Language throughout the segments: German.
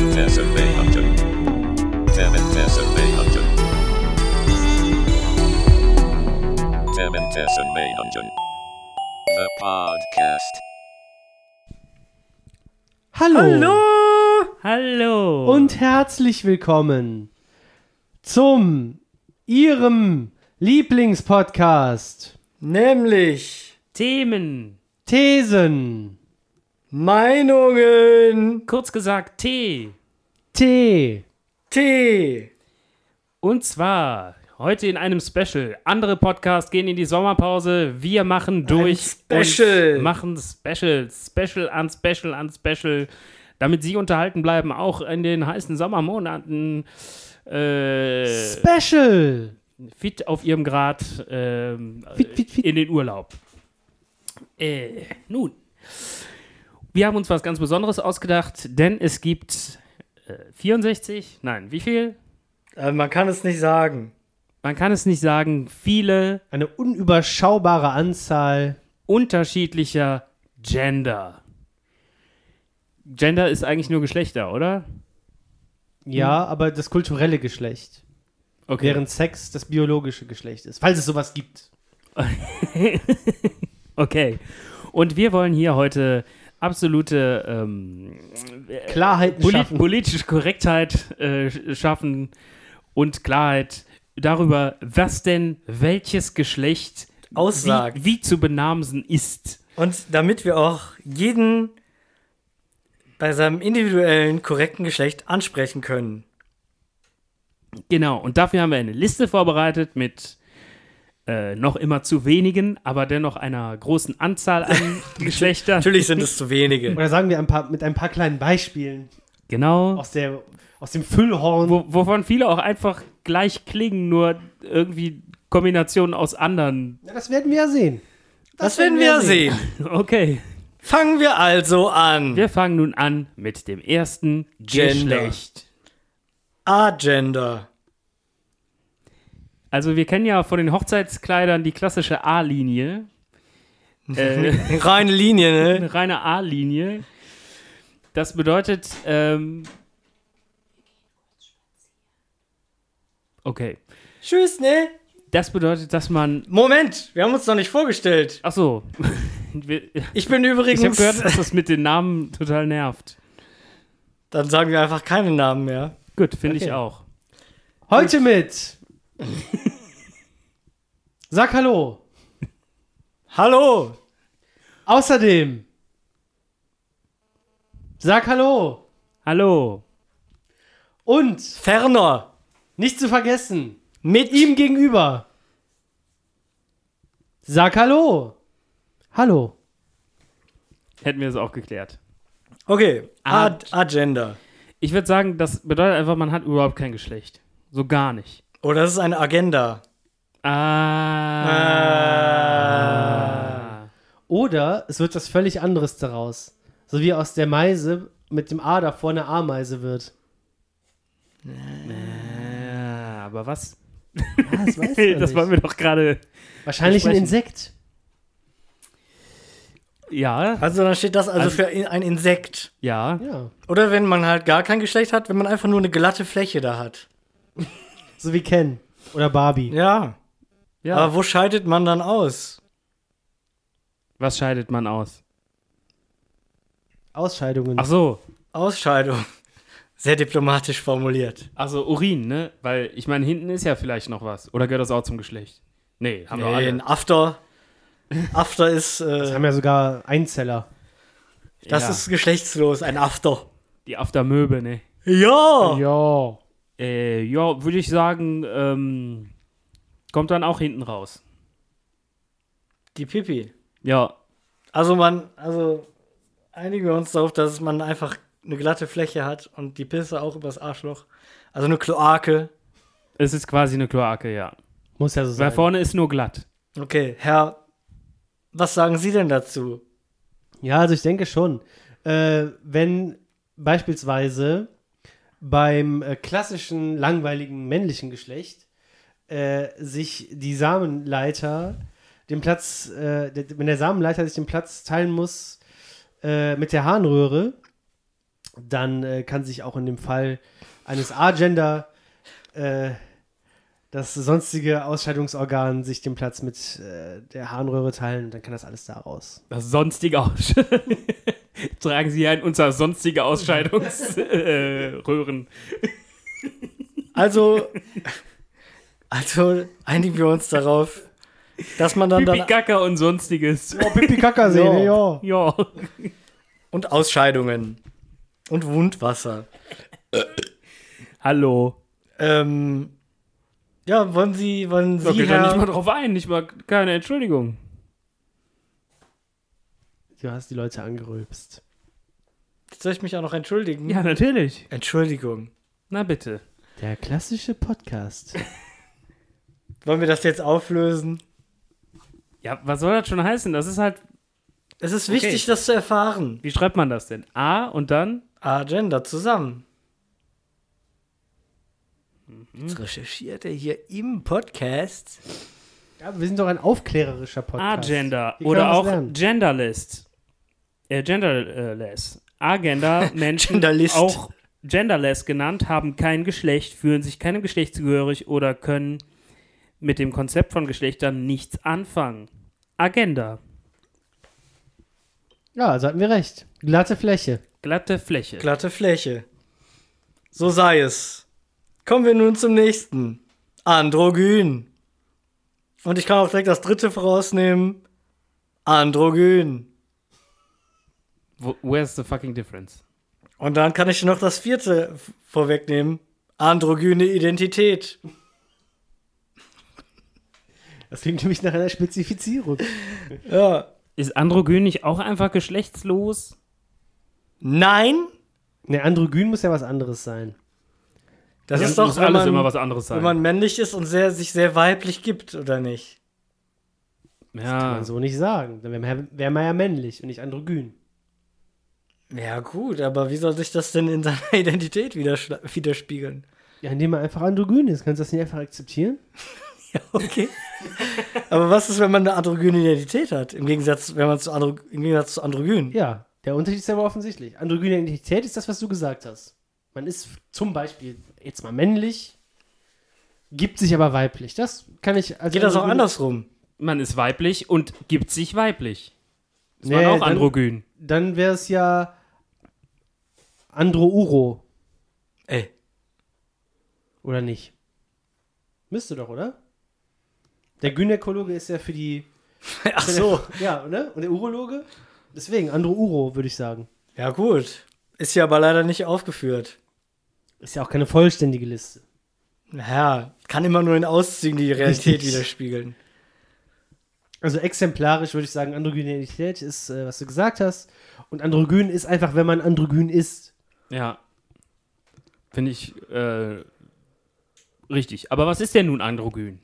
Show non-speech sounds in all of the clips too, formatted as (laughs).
Fernsehunter. Themen Fernsehunter. Themen Fernsehunter. The podcast. Hallo. Hallo! Hallo! und herzlich willkommen zum Ihrem Lieblingspodcast Nämlich Themen. Thesen Meinungen Kurz gesagt T. T. T. Und zwar heute in einem Special. Andere Podcasts gehen in die Sommerpause. Wir machen durch Special. und machen Special, Special an Special an Special, damit Sie unterhalten bleiben, auch in den heißen Sommermonaten. Äh, Special. fit auf ihrem Grad ähm, Fit, fit, fit. in den Urlaub. Äh, nun, wir haben uns was ganz Besonderes ausgedacht, denn es gibt äh, 64, nein, wie viel? Äh, man kann es nicht sagen. Man kann es nicht sagen, viele Eine unüberschaubare Anzahl. unterschiedlicher Gender. Gender ist eigentlich nur Geschlechter, oder? Ja, Mhm. aber das kulturelle Geschlecht. Okay. Während Sex das biologische Geschlecht ist. Falls es sowas gibt. okay. Und wir wollen hier heute absolute ähm, Klarheiten Poli schaffen. politische Korrektheit äh, sch- schaffen und Klarheit darüber, was denn welches Geschlecht Aussagt. wie, wie zu benamsen ist. Und damit wir auch jeden bei seinem individuellen, korrekten Geschlecht ansprechen können. Genau, und dafür haben wir eine Liste vorbereitet mit äh, noch immer zu wenigen, aber dennoch einer großen (laughs) Anzahl an Geschlechtern. Natürlich sind es zu wenige. Oder sagen wir ein paar, mit ein paar kleinen Beispielen Genau. aus, der, aus dem Füllhorn. Wo, wovon viele auch einfach gleich klingen, nur irgendwie Kombinationen aus anderen. Ja, das werden wir ja sehen. Das werden wir sehen. Okay. Fangen wir also an. Wir fangen nun an mit dem ersten Gender. Geschlecht. Agender. Also wir kennen ja von den Hochzeitskleidern die klassische A-Linie. Äh, Reine Linie, ne? eine reine A-Linie. Das bedeutet, ähm, okay. Tschüss, ne? Das bedeutet, dass man, Moment, wir haben uns noch nicht vorgestellt. ach so, (laughs) Wir- Ich bin übrigens. ich habe gehört, dass das mit den Namen total nervt. Dann sagen wir einfach keine Namen mehr. Gut, finde Okay. ich auch. Heute mit. Sag Hallo. Hallo! Außerdem. Sag Hallo. Hallo, Und Ferner! nicht zu vergessen, Mit ihm ihm gegenüber. Sag Hallo. Hallo. hätten wir es auch geklärt. Okay, Ad- Ad Agenda. Ich würde sagen, das bedeutet einfach, man hat überhaupt kein Geschlecht. So gar nicht. Oh, das ist eine Agenda. Ah. Oder es wird was völlig anderes daraus. So wie aus der Meise mit dem A davor eine Ameise wird. Ja, aber was? Ah, das weiß man (laughs) das nicht. wollen wir doch gerade. Wahrscheinlich ein besprechen. Insekt. Ja, Also dann steht das also, Also- für in- ein Insekt. ja. Ja. Oder wenn man halt gar kein Geschlecht hat, wenn man einfach nur eine glatte Fläche da hat. So wie Ken. Oder Barbie. Ja. ja. Aber wo scheidet man dann aus? was scheidet man aus? Ausscheidungen. Ach so, Ausscheidung. (laughs) Sehr diplomatisch formuliert. also Urin, ne? Weil ich meine, hinten ist ja vielleicht noch was. Oder gehört das auch zum Geschlecht? Nee, haben wir Nee, ein alle. After. After ist. Wir Äh, haben ja sogar Einzeller. das ja. ist geschlechtslos, ein After. die Aftermöbe, ne? Ja! Ja. Äh, ja, würde ich sagen, ähm, kommt dann auch hinten raus. Die Pipi. Ja, Also man, also einigen wir uns darauf, dass man einfach eine glatte Fläche hat und die Pisse auch übers Arschloch. Also eine Kloake. es ist quasi eine Kloake, ja. Muss ja so Weil sein. vorne ist nur glatt. Okay, Herr, was sagen Sie denn dazu? Ja, also ich denke schon. Äh, wenn beispielsweise beim äh, klassischen, langweiligen männlichen Geschlecht äh, sich die Samenleiter den Platz, äh, der, wenn der Samenleiter sich den Platz teilen muss äh, mit der Harnröhre, dann äh, kann sich auch in dem Fall eines A-Gender äh, das sonstige Ausscheidungsorgan sich den Platz mit äh, der Harnröhre teilen und dann kann das alles da raus. Das sonstige Ausscheidung. (laughs) Tragen Sie ein unser sonstige Ausscheidungsröhren. Äh, Röhren. (laughs) Also, also einigen wir uns darauf, dass man dann, Pipi, dann Kaka und sonstiges. Oh, Pipi Kakasee, ja. (laughs) Ja. und Ausscheidungen und Wundwasser. Hallo. Ähm, ja, wollen Sie, wollen Da Sie, geht doch nicht mal Herr, drauf ein, nicht mal keine Entschuldigung. Du hast die Leute angerülpst. soll ich mich auch noch entschuldigen? Ja, natürlich. Entschuldigung. Na bitte. Der klassische Podcast. Wollen wir das jetzt auflösen? Ja, was soll das schon heißen? Das ist halt, Es ist wichtig, das zu erfahren. wie schreibt man das denn? A und dann? Agenda zusammen. Mhm. Jetzt recherchiert er hier im Podcast. Ja, wir sind doch ein aufklärerischer Podcast. Agenda Hier kann man oder was auch lernen. Genderlist. Äh, genderless. (laughs) Agenda Menschen Genderlist. auch genderless genannt, haben kein Geschlecht, fühlen sich keinem Geschlecht zugehörig oder können mit dem Konzept von Geschlechtern nichts anfangen. Agenda, Ja, also hatten wir recht. Glatte Fläche. glatte Fläche. Glatte Fläche. So sei es. Kommen wir nun zum nächsten. Androgyn. Und ich kann auch direkt das dritte vorausnehmen. Androgyn. Wo- Where's the fucking difference? Und dann kann ich noch das vierte v- vorwegnehmen. Androgyne Identität. Das klingt nämlich nach einer Spezifizierung. Ja. Ist androgyn nicht auch einfach geschlechtslos? Nein, Ne, androgyn muss ja was anderes sein. das Ja, ist doch, muss wenn alles man, immer was anderes sein. wenn man männlich ist und sehr, sich sehr weiblich gibt, oder nicht? Kann ja, man so nicht sagen. Dann wäre man, ja- wär man ja männlich und nicht androgyn. Ja gut, aber wie soll sich das denn in seiner (laughs) Identität widerschla- widerspiegeln? Ja, indem man einfach androgyn ist. Kannst du das nicht einfach akzeptieren? Ja, okay. aber was ist, wenn man eine androgyne Identität hat? Im Gegensatz, wenn man zu, andro im Gegensatz zu androgyn. Ja, der Unterschied ist aber offensichtlich. Androgyne Identität ist das, was du gesagt hast. Man ist zum Beispiel jetzt mal männlich, gibt sich aber weiblich. Das kann ich als Geht das auch androgyne- andersrum? man ist weiblich und gibt sich weiblich. Ist Nee, man auch dann- androgyn. Dann wäre es ja Andro-Uro, Ey, oder nicht? Müsste doch, oder? Der Gynäkologe ist ja für die. ach so. (laughs) Ja, oder? Und der Urologe? Deswegen, Andro-Uro, würde ich sagen. Ja gut, ist ja aber leider nicht aufgeführt. Ist ja auch keine vollständige Liste. Naja, kann immer nur in Auszügen (laughs) die Realität Richtig. widerspiegeln. Also exemplarisch würde ich sagen, androgyne Identität ist, äh, was du gesagt hast. Und androgyn ist einfach, wenn man androgyn ist. Ja. Finde ich äh, richtig. Aber was ist denn (laughs) nun androgyn?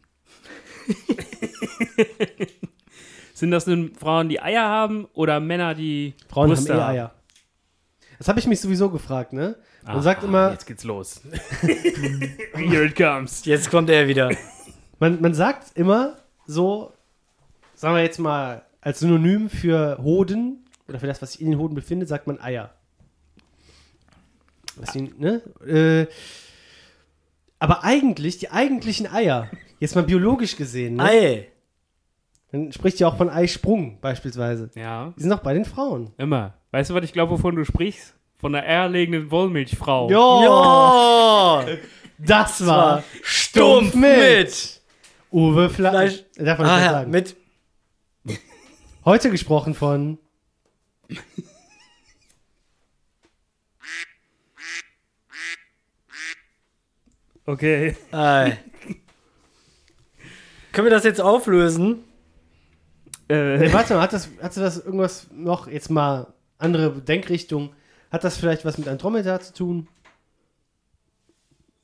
Sind das nun Frauen, die Eier haben oder Männer, die Frauen Brüste haben eh Eier. Das habe ich mich sowieso gefragt, ne? Man Ah, sagt immer, Jetzt geht's los. (laughs) Here it comes. Jetzt kommt er wieder. man, man sagt immer so, sagen wir jetzt mal, als Synonym für Hoden oder für das, was sich in den Hoden befindet, sagt man Eier. Was ihn, ne? äh, aber eigentlich, die eigentlichen Eier, jetzt mal biologisch gesehen, ne? Ei. dann spricht ja auch von Eisprung beispielsweise. Ja, Die sind auch bei den Frauen. immer. Weißt du, was ich glaube, wovon du sprichst? Von der eierlegenden Wollmilchfrau. Ja. das war war Oh. stumpf stumpf mit Uwe Fleisch. Fleisch. Darf man nicht Ah, mehr ja, sagen. mit Heute gesprochen von Okay. Ei. Können wir das jetzt auflösen? Äh, Hey, warte mal, hat das, hat das irgendwas noch, jetzt mal andere Denkrichtung, hat das vielleicht was mit Andromeda zu tun?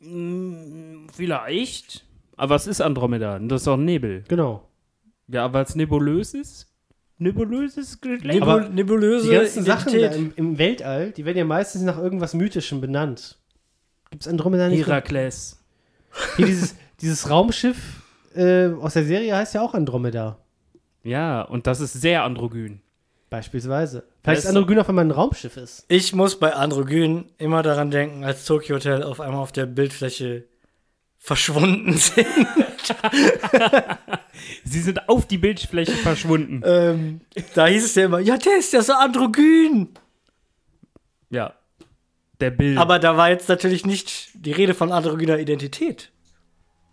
(laughs) vielleicht. Aber was ist Andromeda? Das ist doch ein Nebel. Genau. Ja, weil es nebulös ist? Nebulöses Geschlecht? Aber Nebul nebulöse Die ganzen Sachen da Also Identität. im, im Weltall, die werden ja meistens nach irgendwas Mythischem benannt. Gibt es Andromeda nicht? Herakles. Hier dieses, dieses Raumschiff äh, aus der Serie heißt ja auch Andromeda. Ja, und das ist sehr androgyn. Beispielsweise. Vielleicht Weißt ist du- Androgyn auf einmal ein Raumschiff ist. Ich muss bei Androgyn immer daran denken, als Tokyo Hotel auf einmal auf der Bildfläche verschwunden (laughs) sind. Sie sind auf die Bildfläche verschwunden. ähm, da hieß es ja immer, ja, der ist ja so Androgyn. Ja. Der Bild. Aber da war jetzt natürlich nicht die Rede von androgyner Identität.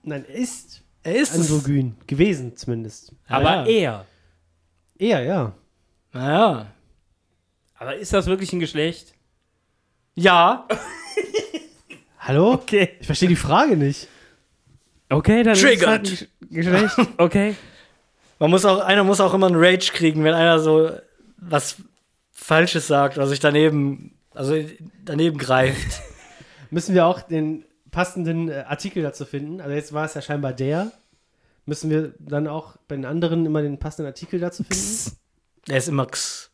Nein, ist Er ist es. Androgyn gewesen zumindest. Aber eh. ja. er. Er, ja. Naja. Aber ist das wirklich ein Geschlecht? Ja, Hallo? Okay. Ich verstehe die Frage nicht. Okay, dann Triggered. ist es halt ein Gesch- Geschlecht. (laughs) Okay. man muss auch, einer muss auch immer einen Rage kriegen, wenn einer so was Falsches sagt oder sich daneben, also daneben greift. Müssen wir auch den passenden äh, Artikel dazu finden? Also jetzt war es ja scheinbar der. Müssen wir dann auch bei den anderen immer den passenden Artikel dazu finden? Er ist immer x.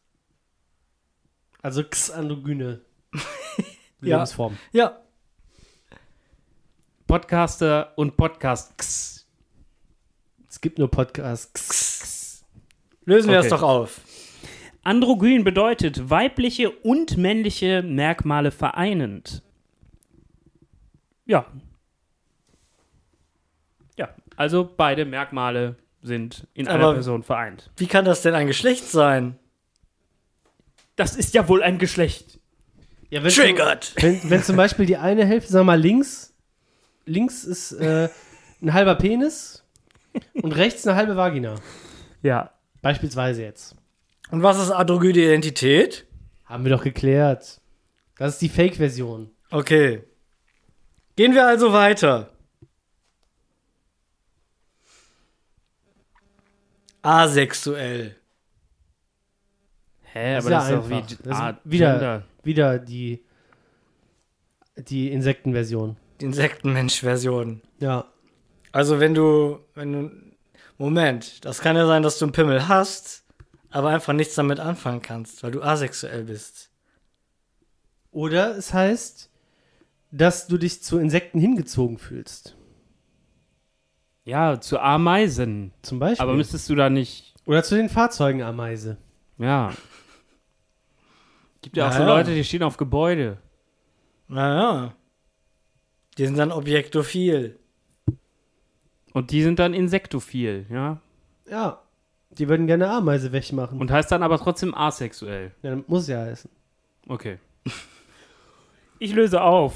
Also (laughs) X-Androgyne. Ja. Lebensform. Ja, Podcaster und Podcast. Es gibt nur Podcasts. lösen wir Okay. das doch auf. Androgyn bedeutet weibliche und männliche Merkmale vereinend. Ja. Ja, also beide Merkmale sind in einer Aber- Person vereint. Wie kann das denn ein Geschlecht sein? Das ist ja wohl ein Geschlecht. Ja, wenn zum- Triggered. Wenn, wenn zum Beispiel die eine Hälfte, sagen wir mal links, links ist äh, ein halber Penis und rechts eine halbe Vagina. Ja. Beispielsweise jetzt. Und was ist androgyne Identität? Haben wir doch geklärt. Das ist die Fake-Version. Okay. Gehen wir also weiter. Asexuell. Hä, aber Sehr das ist doch einfach. wie Das ist ah, wieder- Gender. Wieder die, die Insekten-Version. Die Insektenmensch-Version. Ja. Also wenn du, wenn du, Moment, das kann ja sein, dass du einen Pimmel hast, aber einfach nichts damit anfangen kannst, weil du asexuell bist. Oder es heißt, dass du dich zu Insekten hingezogen fühlst. Ja, zu Ameisen. Zum Beispiel. Aber müsstest du da nicht. Oder zu den Fahrzeugenameise. Ja. Gibt ja auch so Naja. Leute, die stehen auf Gebäude. Naja. Die sind dann objektophil. Und die sind dann insektophil, ja. Ja. Die würden gerne Ameise wegmachen. Und heißt dann aber trotzdem asexuell. ja, muss ja heißen. Okay. Ich löse auf.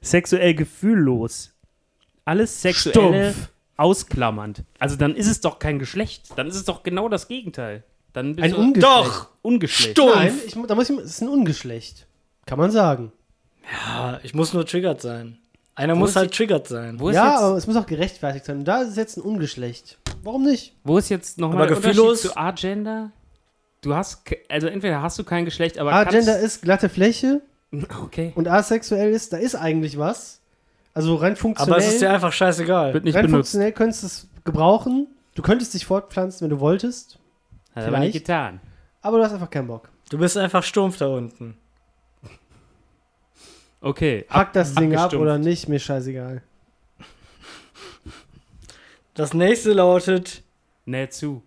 Sexuell gefühllos. Alles sexuelle Stumpf. ausklammernd. Also dann ist es doch kein Geschlecht. Dann ist es doch genau das Gegenteil. Dann bist Ein du Ungeschlecht. Doch! Ungeschlecht. Stumpf. Nein, ich, mu- da muss ich, es ist ein Ungeschlecht. Kann man sagen. Ja, ich muss nur triggert sein. Einer Wo muss ist halt triggert sein. Wo ist, ja, aber jetzt, es muss auch gerechtfertigt sein. Und da ist es jetzt ein Ungeschlecht. Warum nicht? wo ist jetzt nochmal Aber der Unterschied gefühllos- zu Agender? Du hast, ke- also entweder hast du kein Geschlecht, aber Agender ist glatte Fläche kannst... (laughs) Okay. und asexuell ist, da ist eigentlich was. Also rein funktionell, Aber es ist dir einfach scheißegal. Wird nicht rein benutzt. funktionell könntest du es gebrauchen. Du könntest dich fortpflanzen, wenn du wolltest, Hat aber nicht vielleicht. getan. aber du hast einfach keinen Bock. Du bist einfach stumpf da unten. Okay. Hack das Ding ab abgestumpft. oder nicht, mir scheißegal. Das nächste lautet Näh zu.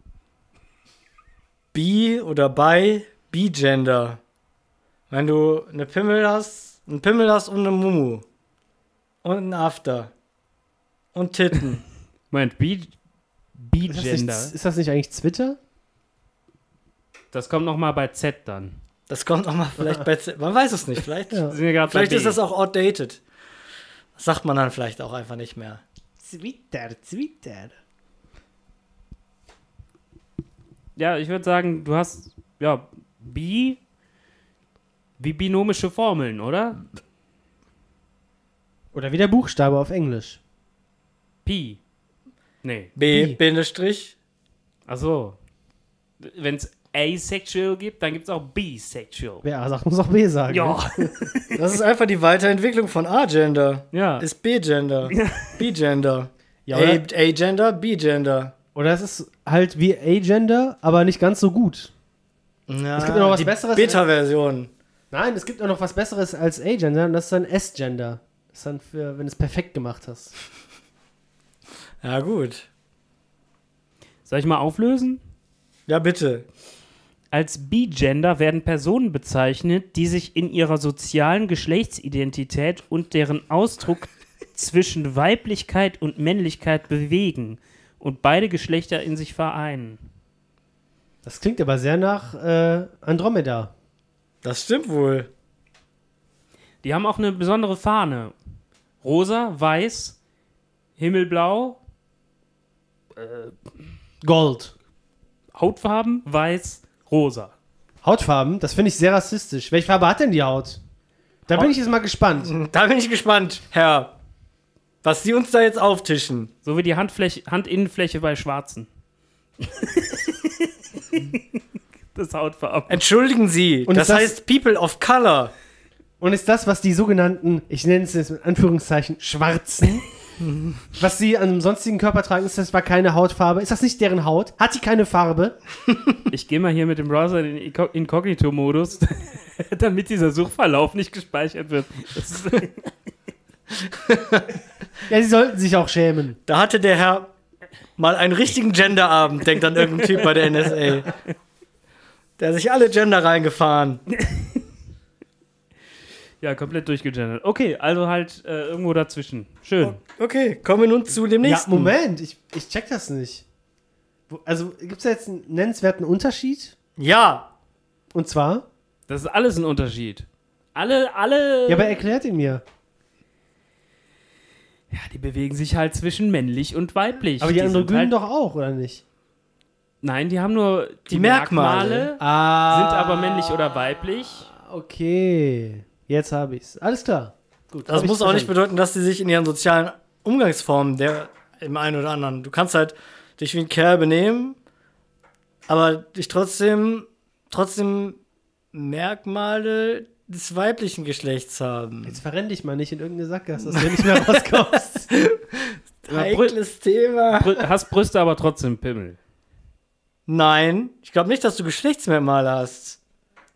Bi oder Bi, Bi-Gender. Wenn du eine Pimmel hast, einen Pimmel hast und eine Mumu. Und ein After. Und (laughs) Titten. Moment, Bi- Ist das, nicht, Bi-Gender. ist das nicht eigentlich Twitter? Das kommt nochmal bei Z dann. Das kommt nochmal vielleicht bei. Z- Man weiß es nicht. Vielleicht, Ja. Sind wir gerade bei vielleicht ist B. das auch outdated. Das sagt man dann vielleicht auch einfach nicht mehr. Twitter, Twitter. Ja, ich würde sagen, du hast, ja, Bi wie binomische Formeln, oder? Oder wie der Buchstabe auf Englisch. Pi. Nee. B, Bi. Bindestrich. Achso. Wenn es asexual gibt, dann gibt es auch bisexual. Wer A sagt, muss auch B sagen. ne? Ja. Das ist einfach die Weiterentwicklung von A-Gender. (laughs) ja. Ist B-Gender. B-Gender. Ah. Ja, A- oder? A-Gender, B-Gender. Oder es ist halt wie Agender, aber nicht ganz so gut. Na, Es gibt noch was die Besseres. ne? Beta-Version. Nein, es gibt auch noch was Besseres als Agender und das ist dann S-Gender. Das ist dann für, wenn du es perfekt gemacht hast. Ja, gut. Soll ich mal auflösen? Ja, bitte. Als Bigender werden Personen bezeichnet, die sich in ihrer sozialen Geschlechtsidentität und deren Ausdruck zwischen Weiblichkeit und Männlichkeit bewegen und beide Geschlechter in sich vereinen. Das klingt aber sehr nach äh, Andromeda. Das stimmt wohl. Die haben auch eine besondere Fahne. Rosa, weiß, himmelblau, Gold. Hautfarben, weiß, rosa. Hautfarben, das finde ich sehr rassistisch. Welche Farbe hat denn die Haut? Da bin ich jetzt mal gespannt. Da bin ich gespannt, Herr. Was Sie uns da jetzt auftischen. So wie die Handfläche, Handinnenfläche (laughs) bei Schwarzen. das Hautfarben. Entschuldigen Sie, Und ist das, das- heißt People of Color. Und ist das, was die sogenannten, ich nenne es jetzt mit Anführungszeichen, Schwarzen, was sie an dem sonstigen Körper tragen, ist das war keine Hautfarbe? Ist das nicht deren Haut? Hat die keine Farbe? Ich gehe mal hier mit dem Browser in den Inko- Inkognito-Modus, (laughs) damit dieser Suchverlauf nicht gespeichert wird. Das ist, Ja, sie sollten sich auch schämen. Da hatte der Herr mal einen richtigen Genderabend, denkt an irgendein Typ bei der NSA. Der hat sich alle Gender reingefahren. ja, komplett durchgegendert. Okay, also halt äh, irgendwo dazwischen. Schön. Oh. Okay, kommen wir nun zu dem Ja, nächsten. Moment, ich, ich check das nicht. Wo- Also gibt es da jetzt einen nennenswerten Unterschied? Ja, Und zwar? Das ist alles ein Unterschied. Alle, alle. Ja, aber erklärt ihn mir. Ja, die bewegen sich halt zwischen männlich und weiblich. Aber die, sind Androgynen halt, doch auch, oder nicht? Nein, die haben nur die, Die Merkmale. Merkmale, Ah. sind aber männlich oder weiblich. Okay, jetzt habe ich's. Alles klar. Gut, das hab muss ich's auch nicht verstanden. bedeuten, dass sie sich in ihren sozialen Umgangsformen, der im einen oder anderen, du kannst halt dich wie ein Kerl benehmen, aber dich trotzdem, trotzdem Merkmale des weiblichen Geschlechts haben. Jetzt verrenn dich mal nicht in irgendeine Sackgasse, dass du nicht mehr (laughs) rauskommst. Heikles Thema. Brü hast Brüste, aber trotzdem Pimmel. Nein, ich glaube nicht, dass du Geschlechtsmerkmale hast.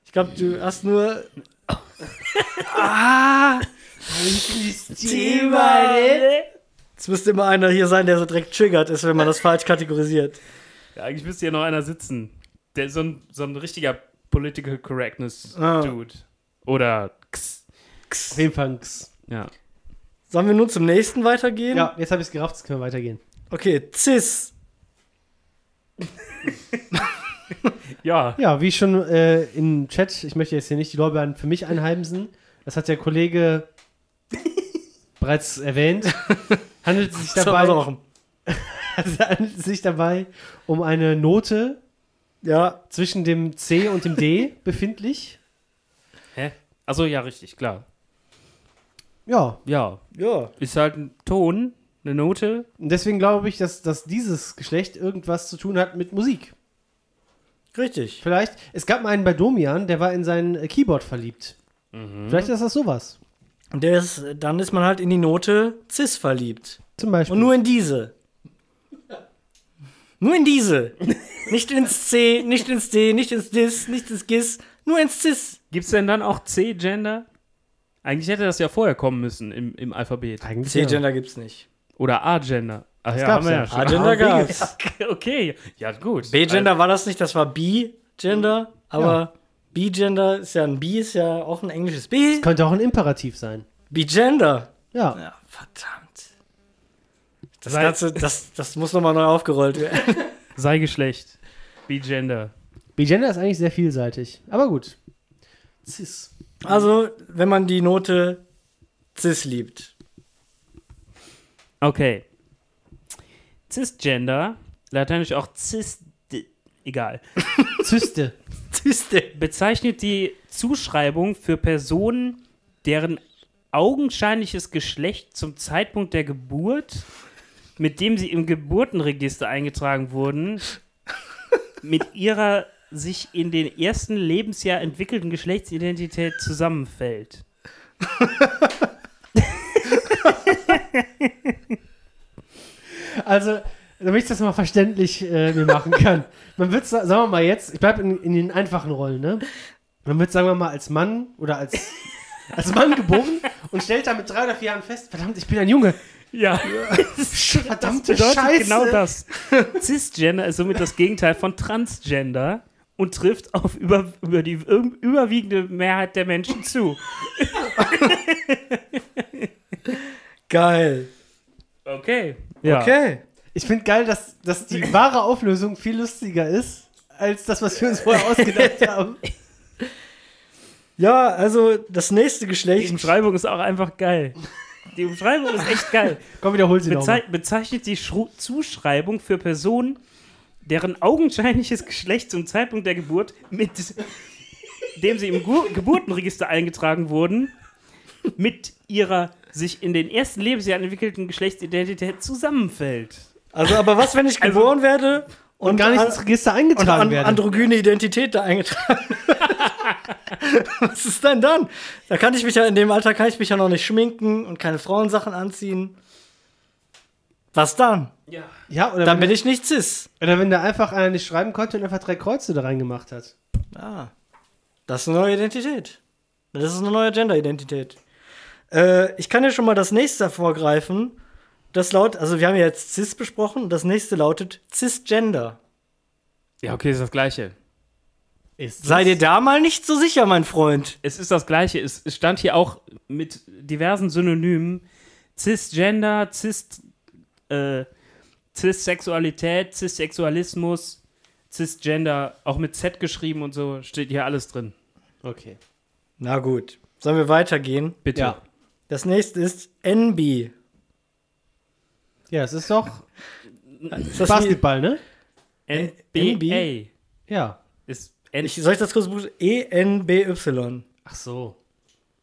Ich glaube, du hast nur. Thema, Es müsste immer einer hier sein, der so direkt triggert ist, wenn man das falsch kategorisiert. Ja, eigentlich müsste hier noch einer sitzen. Der so ein, so ein richtiger Political Correctness Ah. Dude. Oder X. Auf jeden Fall. ein X. Ja. Sollen wir nun zum nächsten weitergehen? Ja, jetzt habe ich es gerafft, jetzt können wir weitergehen. Okay, Cis. Ja. Ja, wie schon äh, im Chat, ich möchte jetzt hier nicht die Lorbeeren für mich einheimsen. Das hat der (laughs) Kollege bereits erwähnt. Handelt es sich dabei, Soll man machen. (laughs) es handelt es sich dabei um eine Note Ja, zwischen dem C und dem (laughs) D befindlich. Hä? Achso, Also, ja, richtig, klar. Ja, Ja. ja. Ist halt ein Ton, eine Note. und deswegen glaube ich, dass, dass dieses Geschlecht irgendwas zu tun hat mit Musik. Richtig. Vielleicht, es gab mal einen bei Domian, der war in sein äh, Keyboard verliebt. Vielleicht ist das sowas. Und der ist, dann ist man halt in die Note Cis verliebt. Zum Beispiel. Und nur in diese. Nur in diese. Nicht ins C, nicht ins D, nicht ins Dis, nicht ins Gis, nur ins Cis. Gibt's denn dann auch C-Gender? Eigentlich hätte das ja vorher kommen müssen im, im Alphabet. Eigentlich ja. C-Gender gibt's nicht. Oder A-Gender. Ach Das ja, gab's haben wir ja. ja schon. A-Gender Ah, gab's. (laughs) Okay, ja, gut. B-Gender war das nicht, das war B-Gender, aber B-Gender ist ja ein B, ist ja auch ein englisches B. Könnte auch ein Imperativ sein. B-Gender. Ja. Ja, verdammt. Das Ganze, das, das muss nochmal neu aufgerollt werden. Sei Geschlecht. B-Gender. Bigender ist eigentlich sehr vielseitig. Aber gut. Cis. Also, wenn man die Note Cis liebt. Okay. Cisgender, lateinisch auch cis, egal, (laughs) Zyste. (laughs) Cis denn? bezeichnet die Zuschreibung für Personen, deren augenscheinliches Geschlecht zum Zeitpunkt der Geburt, mit dem sie im Geburtenregister eingetragen wurden, mit ihrer sich in den ersten Lebensjahr entwickelten Geschlechtsidentität zusammenfällt. Also, damit ich das mal verständlich äh, mir machen kann. Man wird, sa- sagen wir mal jetzt, ich bleibe in, in den einfachen Rollen, ne? Man wird, sagen wir mal, als Mann oder (laughs) als, als Mann geboren und stellt dann mit drei oder vier Jahren fest, verdammt, ich bin ein Junge. Ja. Verdammte bedeutet Scheiße. (laughs) genau das. Cisgender ist somit das Gegenteil von Transgender und trifft auf über, über die irg- überwiegende Mehrheit der Menschen zu. Geil. Okay. Ja. Okay. Ich finde geil, dass, dass die wahre Auflösung viel lustiger ist, als das, was wir uns (laughs) vorher ausgedacht haben. Ja, also das nächste Die Geschlecht. Umschreibung ist auch einfach geil. Die Umschreibung ist echt geil. Komm, wiederhol sie nochmal. Bezei bezeichnet die Schru Zuschreibung für Personen, deren augenscheinliches Geschlecht zum Zeitpunkt der Geburt, mit (laughs) dem sie im Gu Geburtenregister eingetragen wurden, mit ihrer sich in den ersten Lebensjahren entwickelten Geschlechtsidentität zusammenfällt. (laughs) Also, aber was, wenn ich geboren werde und, Und gar nicht an- ins Register und eingetragen an, werden. androgyne Identität da eingetragen? (laughs) was ist denn dann? Da kann ich mich ja in dem Alter kann ich mich ja noch nicht schminken und keine Frauensachen anziehen. Was dann? ja, oder Dann wenn, bin ich nicht cis. oder wenn da einfach einer nicht schreiben konnte und einfach drei Kreuze da reingemacht hat. Ah, das ist eine neue Identität. Das ist eine neue Gender-Identität. Äh, ich kann ja schon mal das nächste vorgreifen. Das laut, also wir haben ja jetzt cis besprochen. Das nächste lautet cisgender. Ja, okay, ist das Gleiche. Ist Sei dir da mal nicht so sicher, mein Freund. Es ist das Gleiche. Es, es stand hier auch mit diversen Synonymen: Cisgender, Cis, äh, Cissexualität, Cissexualismus, Cisgender, auch mit Z geschrieben und so, steht hier alles drin. Okay. Na gut, sollen wir weitergehen? Bitte. Ja. Das nächste ist NB. Ja, es ist doch Ist das Basketball, ne? NBA Ja. ist wie- N Ich, soll ich das kurz E buchstabieren? E-N-B-Y. Ach so.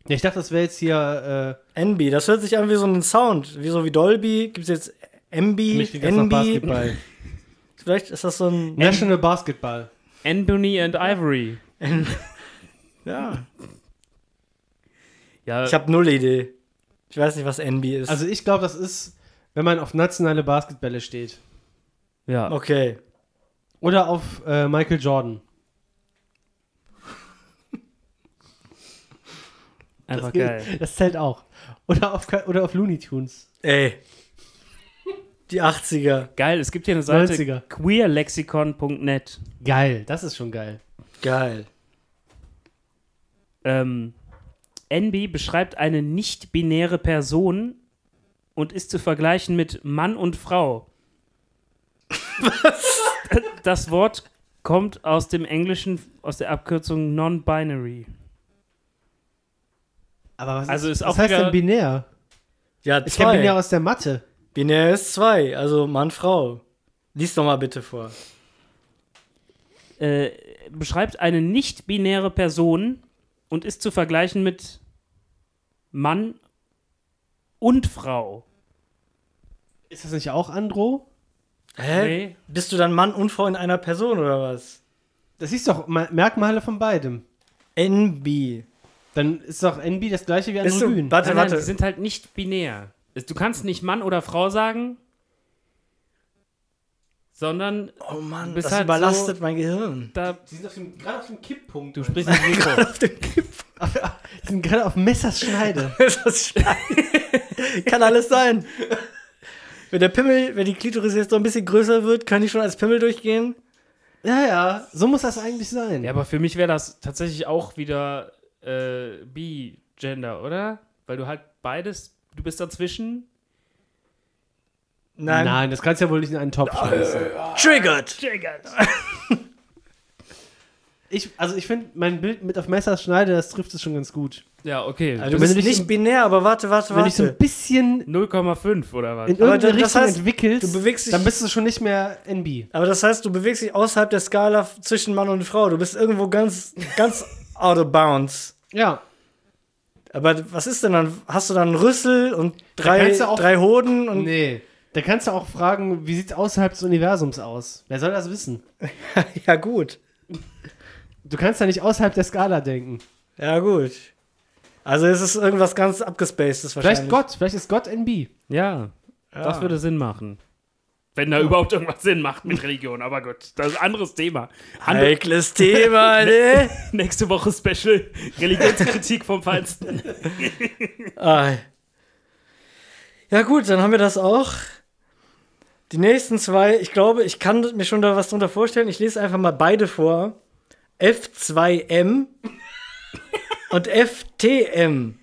Ja, ich dachte, das wäre jetzt hier. äh, NB. Das hört sich an wie so ein Sound. Wie so wie Dolby. Gibt es jetzt Äh, MB, mich klingt das nach NB? Basketball. (laughs) Vielleicht ist das so ein. National Basketball. Anthony and Ivory. Ja. Ja, Ich habe null Idee. Ich weiß nicht, was NB ist. Also, ich glaube, das ist, wenn man auf nationale Basketbälle steht. ja. okay. Oder auf äh, Michael Jordan. einfach geil. Das zählt auch. Oder auf, Ka- oder auf Looney Tunes. Ey. Die 80er. Geil, es gibt hier eine Seite 90er. queerlexikon.net. Geil, das ist schon geil. Geil. Ähm, NB beschreibt eine nicht-binäre Person und ist zu vergleichen mit Mann und Frau. Was? (laughs) Das Wort kommt aus dem Englischen, aus der Abkürzung non-binary. Aber was, Also ist was auch heißt wieder- denn binär? Ja, Ich kenne zwei. binär aus der Mathe. Binär ist zwei. Also Mann, Frau. Lies doch mal bitte vor. Äh, beschreibt eine nicht-binäre Person und ist zu vergleichen mit Mann und Frau. Ist das nicht auch Andro? Hä? Nee. Bist du dann Mann und Frau in einer Person oder was? Das ist doch Ma- Merkmale von beidem. NB. Dann ist doch NB das gleiche wie Bist du, Androgyn. warte, Nein, nein, die warte. sind halt nicht binär. Es- Du kannst nicht Mann oder Frau sagen, sondern Oh Mann, Du bist das halt überlastet so- mein (laughs) Gehirn. da Die sind auf dem, gerade auf dem Kipppunkt. du sprichst ins Mikro. (laughs) (laughs) Die sind gerade auf Messerschneide. Ist das scheiße? kann alles sein. Wenn der Pimmel, wenn die Klitoris jetzt so ein bisschen größer wird, kann ich schon als Pimmel durchgehen? (laughs) ja, ja, so muss das eigentlich sein. Ja, aber für mich wäre das tatsächlich auch wieder äh, Bi-Gender, oder? Weil du halt beides, du bist dazwischen. Nein. Nein, das kannst du ja wohl nicht in einen Topf schmeißen. Triggered. Ich, also ich finde, mein Bild mit auf Messerschneide, das trifft es schon ganz gut. Ja, okay. Also du Wenn bist du dich nicht im- binär, aber warte, warte, Wenn ich so warte. ein bisschen 0,5 oder was? in Aber irgendeine das Richtung heißt, entwickelst, du bewegst dich- dann bist du schon nicht mehr NB. Aber das heißt, du bewegst dich außerhalb der Skala f- zwischen Mann und Frau. Du bist irgendwo ganz, (laughs) ganz out of bounds. Ja, Aber was ist denn dann? Hast du dann einen Rüssel und drei, kannst du auch- drei Hoden und nee. Da kannst du auch fragen, wie sieht's außerhalb des Universums aus? Wer soll das wissen? (laughs) ja gut, Du kannst ja nicht außerhalb der Skala denken. ja gut. Also es ist irgendwas ganz abgespacedes wahrscheinlich. Vielleicht Gott, vielleicht ist Gott NB. Ja, das Ja. würde Sinn machen. Wenn da überhaupt irgendwas Sinn macht mit Religion, aber gut, das ist ein anderes Thema. Andere, Heikles Thema, ne? (laughs) Nächste Woche Special Religionskritik vom Feinsten. Ah. Ja gut, dann haben wir das auch. Die nächsten zwei, ich glaube, ich kann mir schon da was drunter vorstellen. Ich lese einfach mal beide vor. F2M und FTM.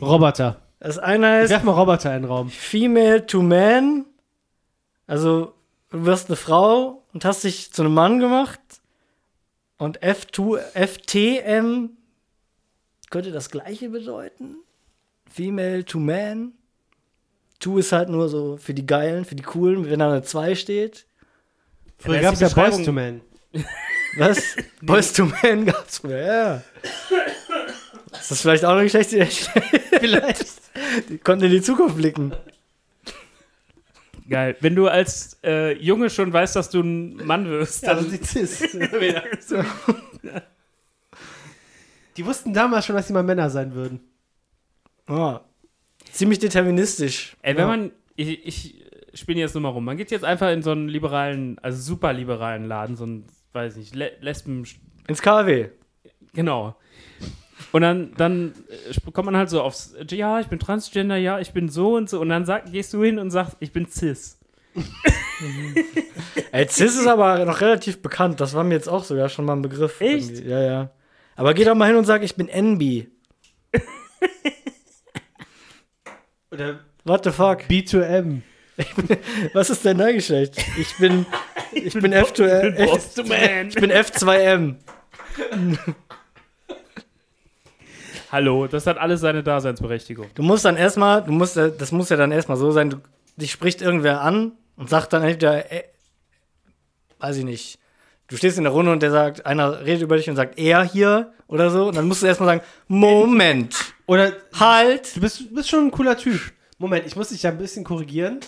Roboter. Das eine heißt Ich werf mal Roboter in den Raum. Female to Man. Also, du wirst eine Frau und hast dich zu einem Mann gemacht. Und F2, FTM könnte das gleiche bedeuten. Female to Man. To ist halt nur so für die Geilen, für die Coolen, wenn da eine 2 steht. Früher da gab es ist ja die Boys Beschreibung- to Man. (laughs) Was? Boys to Man gab's früher, ja. Ist das vielleicht auch eine Geschlechtsidentität? Vielleicht. Die konnten in die Zukunft blicken. Geil. Wenn du als äh, Junge schon weißt, dass du ein Mann wirst, Also (laughs) dann die Cis. (laughs) ja. Die wussten damals schon, dass sie mal Männer sein würden. Ja. Ah, Ziemlich deterministisch. (laughs) Ey, wenn man. Ich, ich spinne jetzt nur mal rum. Man geht jetzt einfach in so einen liberalen, also super liberalen Laden, so einen, weiß nicht, Le Lesben. Ins KW. Genau. Und dann, dann äh, kommt man halt so aufs, ja, ich bin Transgender, ja, ich bin so und so. Und dann sag, gehst du hin und sagst, ich bin cis. Ey, Cis ist aber noch relativ bekannt. Das war mir jetzt auch sogar schon mal ein Begriff. Echt? Irgendwie. Ja, ja. Aber geh doch mal hin und sag, ich bin NB. Oder What the fuck? B2M. Was ist denn dein Geschlecht? Ich bin, ich bin F2M. F- Boss to man. Ich bin F2M. Hallo, das hat alles seine Daseinsberechtigung. Du musst dann erstmal, du musst, äh, das muss ja dann erstmal so sein, du, dich spricht irgendwer an und sagt dann entweder, äh, weiß ich nicht, du stehst in der Runde und der sagt, einer redet über dich und sagt, er hier oder so. Und dann musst du erstmal sagen, Moment, Oder halt. du bist, du bist schon ein cooler Typ. Moment, ich muss dich ja ein bisschen (laughs) korrigieren.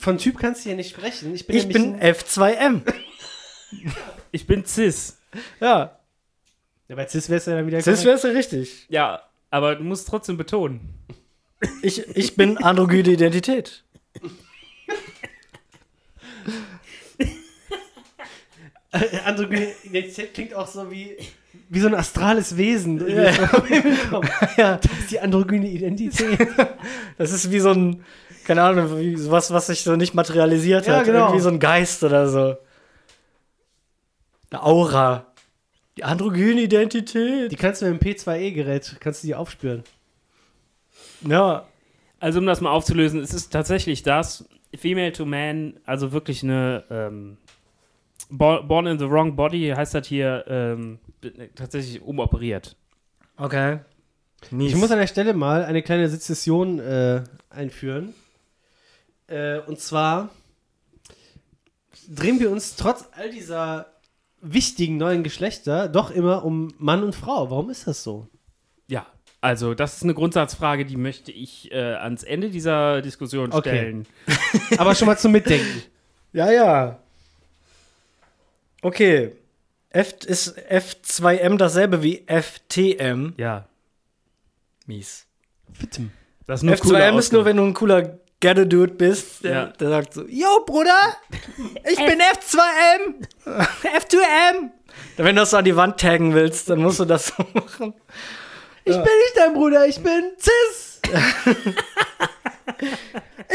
Von Typ kannst du hier nicht sprechen. Ich bin, Ich nämlich bin Ein, F2M. Ich bin cis. Ja, ja, bei Cis wär's ja dann wieder das korrekt. wär's ja richtig. Ja, aber du musst trotzdem betonen. Ich, ich bin androgyne Identität. Äh, (laughs) Androgyne Identität klingt auch so wie, wie so ein astrales Wesen. (laughs) Ja. Ja. Das ist die androgyne Identität. Das ist wie so ein, keine Ahnung, wie, sowas, was sich so nicht materialisiert Ja, hat. genau. Irgendwie so ein Geist oder so. Eine Aura. Die androgyne Die Identität. kannst du mit dem P2E-Gerät, kannst du die aufspüren. Ja, Also um das mal aufzulösen, es ist tatsächlich das, Female to Man, also wirklich eine ähm, Bo- Born in the Wrong Body heißt das hier ähm, b- tatsächlich umoperiert. okay. Mies. Ich muss halt- an der Stelle mal eine kleine Sezession äh, einführen. Äh, und zwar drehen wir uns trotz all dieser wichtigen neuen Geschlechter doch immer um Mann und Frau. Warum ist das so? Ja, also das ist eine Grundsatzfrage, die möchte ich äh, ans Ende dieser Diskussion Okay. stellen. Aber schon mal zum Mitdenken. ja, ja. Okay. F ist F2M dasselbe wie FTM. Ja, Mies. Bitte. das ist nur F2M ist nur, wenn du ein cooler Ghetto-Dude bist, der, Ja. der sagt so, Yo, Bruder, ich bin (laughs) F2M, F2M. Wenn du das so an die Wand taggen willst, dann musst du das so (laughs) machen. Ich bin nicht dein Bruder, ich bin Cis.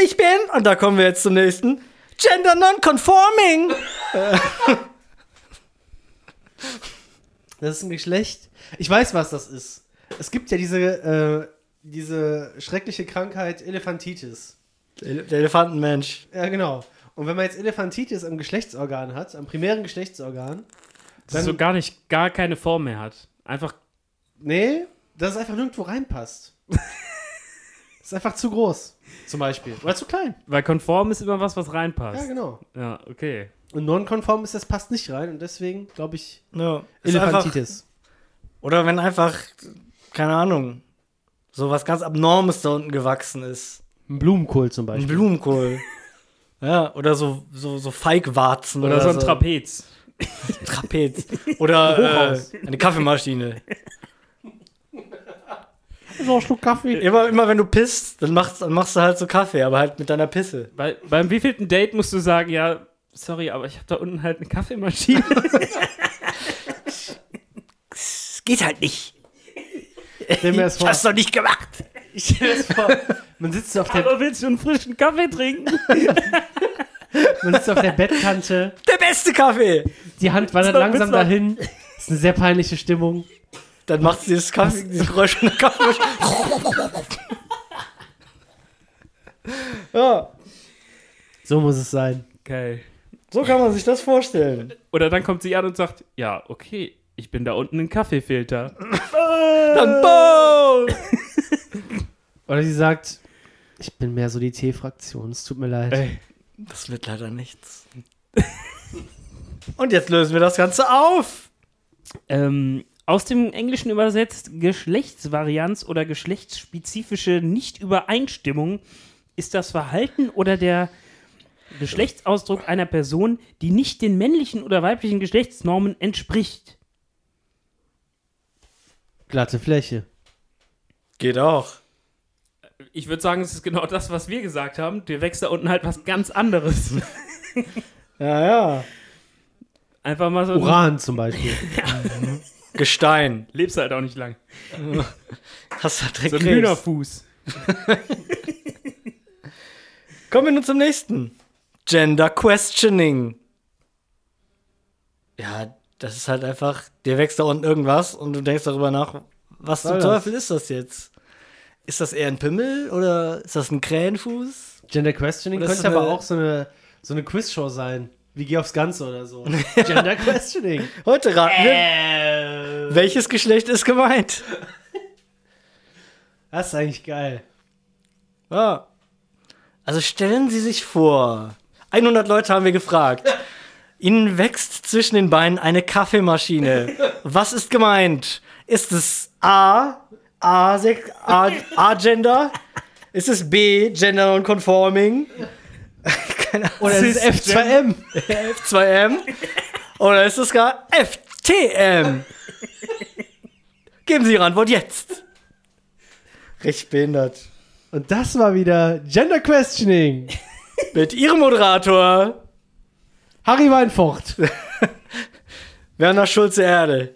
Ich bin, und da kommen wir jetzt zum nächsten, Gender Non-Conforming. Das ist ein Geschlecht. Ich weiß, was das ist. Es gibt ja diese, äh, diese schreckliche Krankheit Elefantitis. Der der Elefantenmensch. Ja, genau. Und wenn man jetzt Elefantitis am Geschlechtsorgan hat, am primären Geschlechtsorgan, das so gar nicht, gar keine Form mehr hat. Einfach, Nee, dass es einfach nirgendwo (laughs) reinpasst. ist einfach zu groß, zum Beispiel. Oder zu klein. weil konform ist immer was, was Ja, reinpasst. genau. ja okay. Und nonkonform ist, das passt nicht rein. Und deswegen, glaube ich, Ja, ist einfach, Elefantitis. oder wenn einfach, keine Ahnung, so was ganz Abnormes da unten gewachsen ist. Ein Blumenkohl zum Ein Beispiel. (laughs) Blumenkohl. Ja, oder so, so, so Feigwarzen. Oder, Oder so ein so Trapez. Trapez. Oder äh, eine Kaffeemaschine. so ein Schluck Kaffee. Immer, immer wenn du pisst, dann machst, dann machst du halt so Kaffee, aber halt mit deiner Pisse. Bei, beim wievielten Date musst du sagen, ja, sorry, aber ich habe da unten halt eine Kaffeemaschine. (laughs) Das geht halt nicht. Stell (laughs) mir das vor. doch nicht gemacht. Ich stell mir das vor. Man sitzt auf der, aber willst du einen frischen Kaffee trinken? man sitzt auf der Bettkante, Der beste Kaffee. die Hand wandert So, langsam willst du- dahin. ist eine sehr peinliche Stimmung. Dann macht sie dieses, Kaffee, dieses Geräusch von der Kaffeemaschine. ja, So muss es sein. Geil. so kann man sich das vorstellen. Oder dann kommt sie an und sagt, ja, okay, ich bin da unten im Kaffeefilter. Dann boom! Oder sie sagt, ich bin mehr so die T-Fraktion, es tut mir leid. Ey, Das wird leider nichts. Und jetzt lösen wir das Ganze auf. ähm, aus dem Englischen übersetzt, Geschlechtsvarianz oder geschlechtsspezifische Nichtübereinstimmung ist das Verhalten oder der Geschlechtsausdruck einer Person, die nicht den männlichen oder weiblichen Geschlechtsnormen entspricht. Glatte Fläche. Geht auch. Ich würde sagen, es ist genau das, was wir gesagt haben. Dir wächst da unten halt was ganz anderes. Ja, ja. Einfach mal so. Uran zum Beispiel. Gestein. Lebst halt auch nicht lang. Hast du So direkt ein Krebs. Hühnerfuß. Kommen wir nun zum nächsten. Gender Questioning. Ja, das ist halt einfach, dir wächst da unten irgendwas und du denkst darüber nach, was zum Soll das? Teufel ist das jetzt? Ist das eher ein Pimmel oder ist das ein Krähenfuß? (laughs) Gender Questioning Oder ist könnte das aber eine- auch so eine, so eine Quizshow sein. Wie geh aufs Ganze oder (laughs) so. Gender Questioning. Heute raten wir, Äh, welches Geschlecht ist gemeint. das ist eigentlich geil. Ja. Also stellen Sie sich vor, 100 Leute haben wir gefragt. Ihnen wächst zwischen den Beinen eine Kaffeemaschine. Was ist gemeint? Ist es A, A, A, A Gender? Ist es B, Gender Non-Conforming? (laughs) Keine Ahnung. Oder es ist F2M. F2M? Oder ist es gar FTM? Geben Sie Ihre Antwort jetzt. Recht behindert. Und das war wieder Gender Questioning. Mit Ihrem Moderator. Harry (laughs) Weinfurt. Werner Schulze Erde.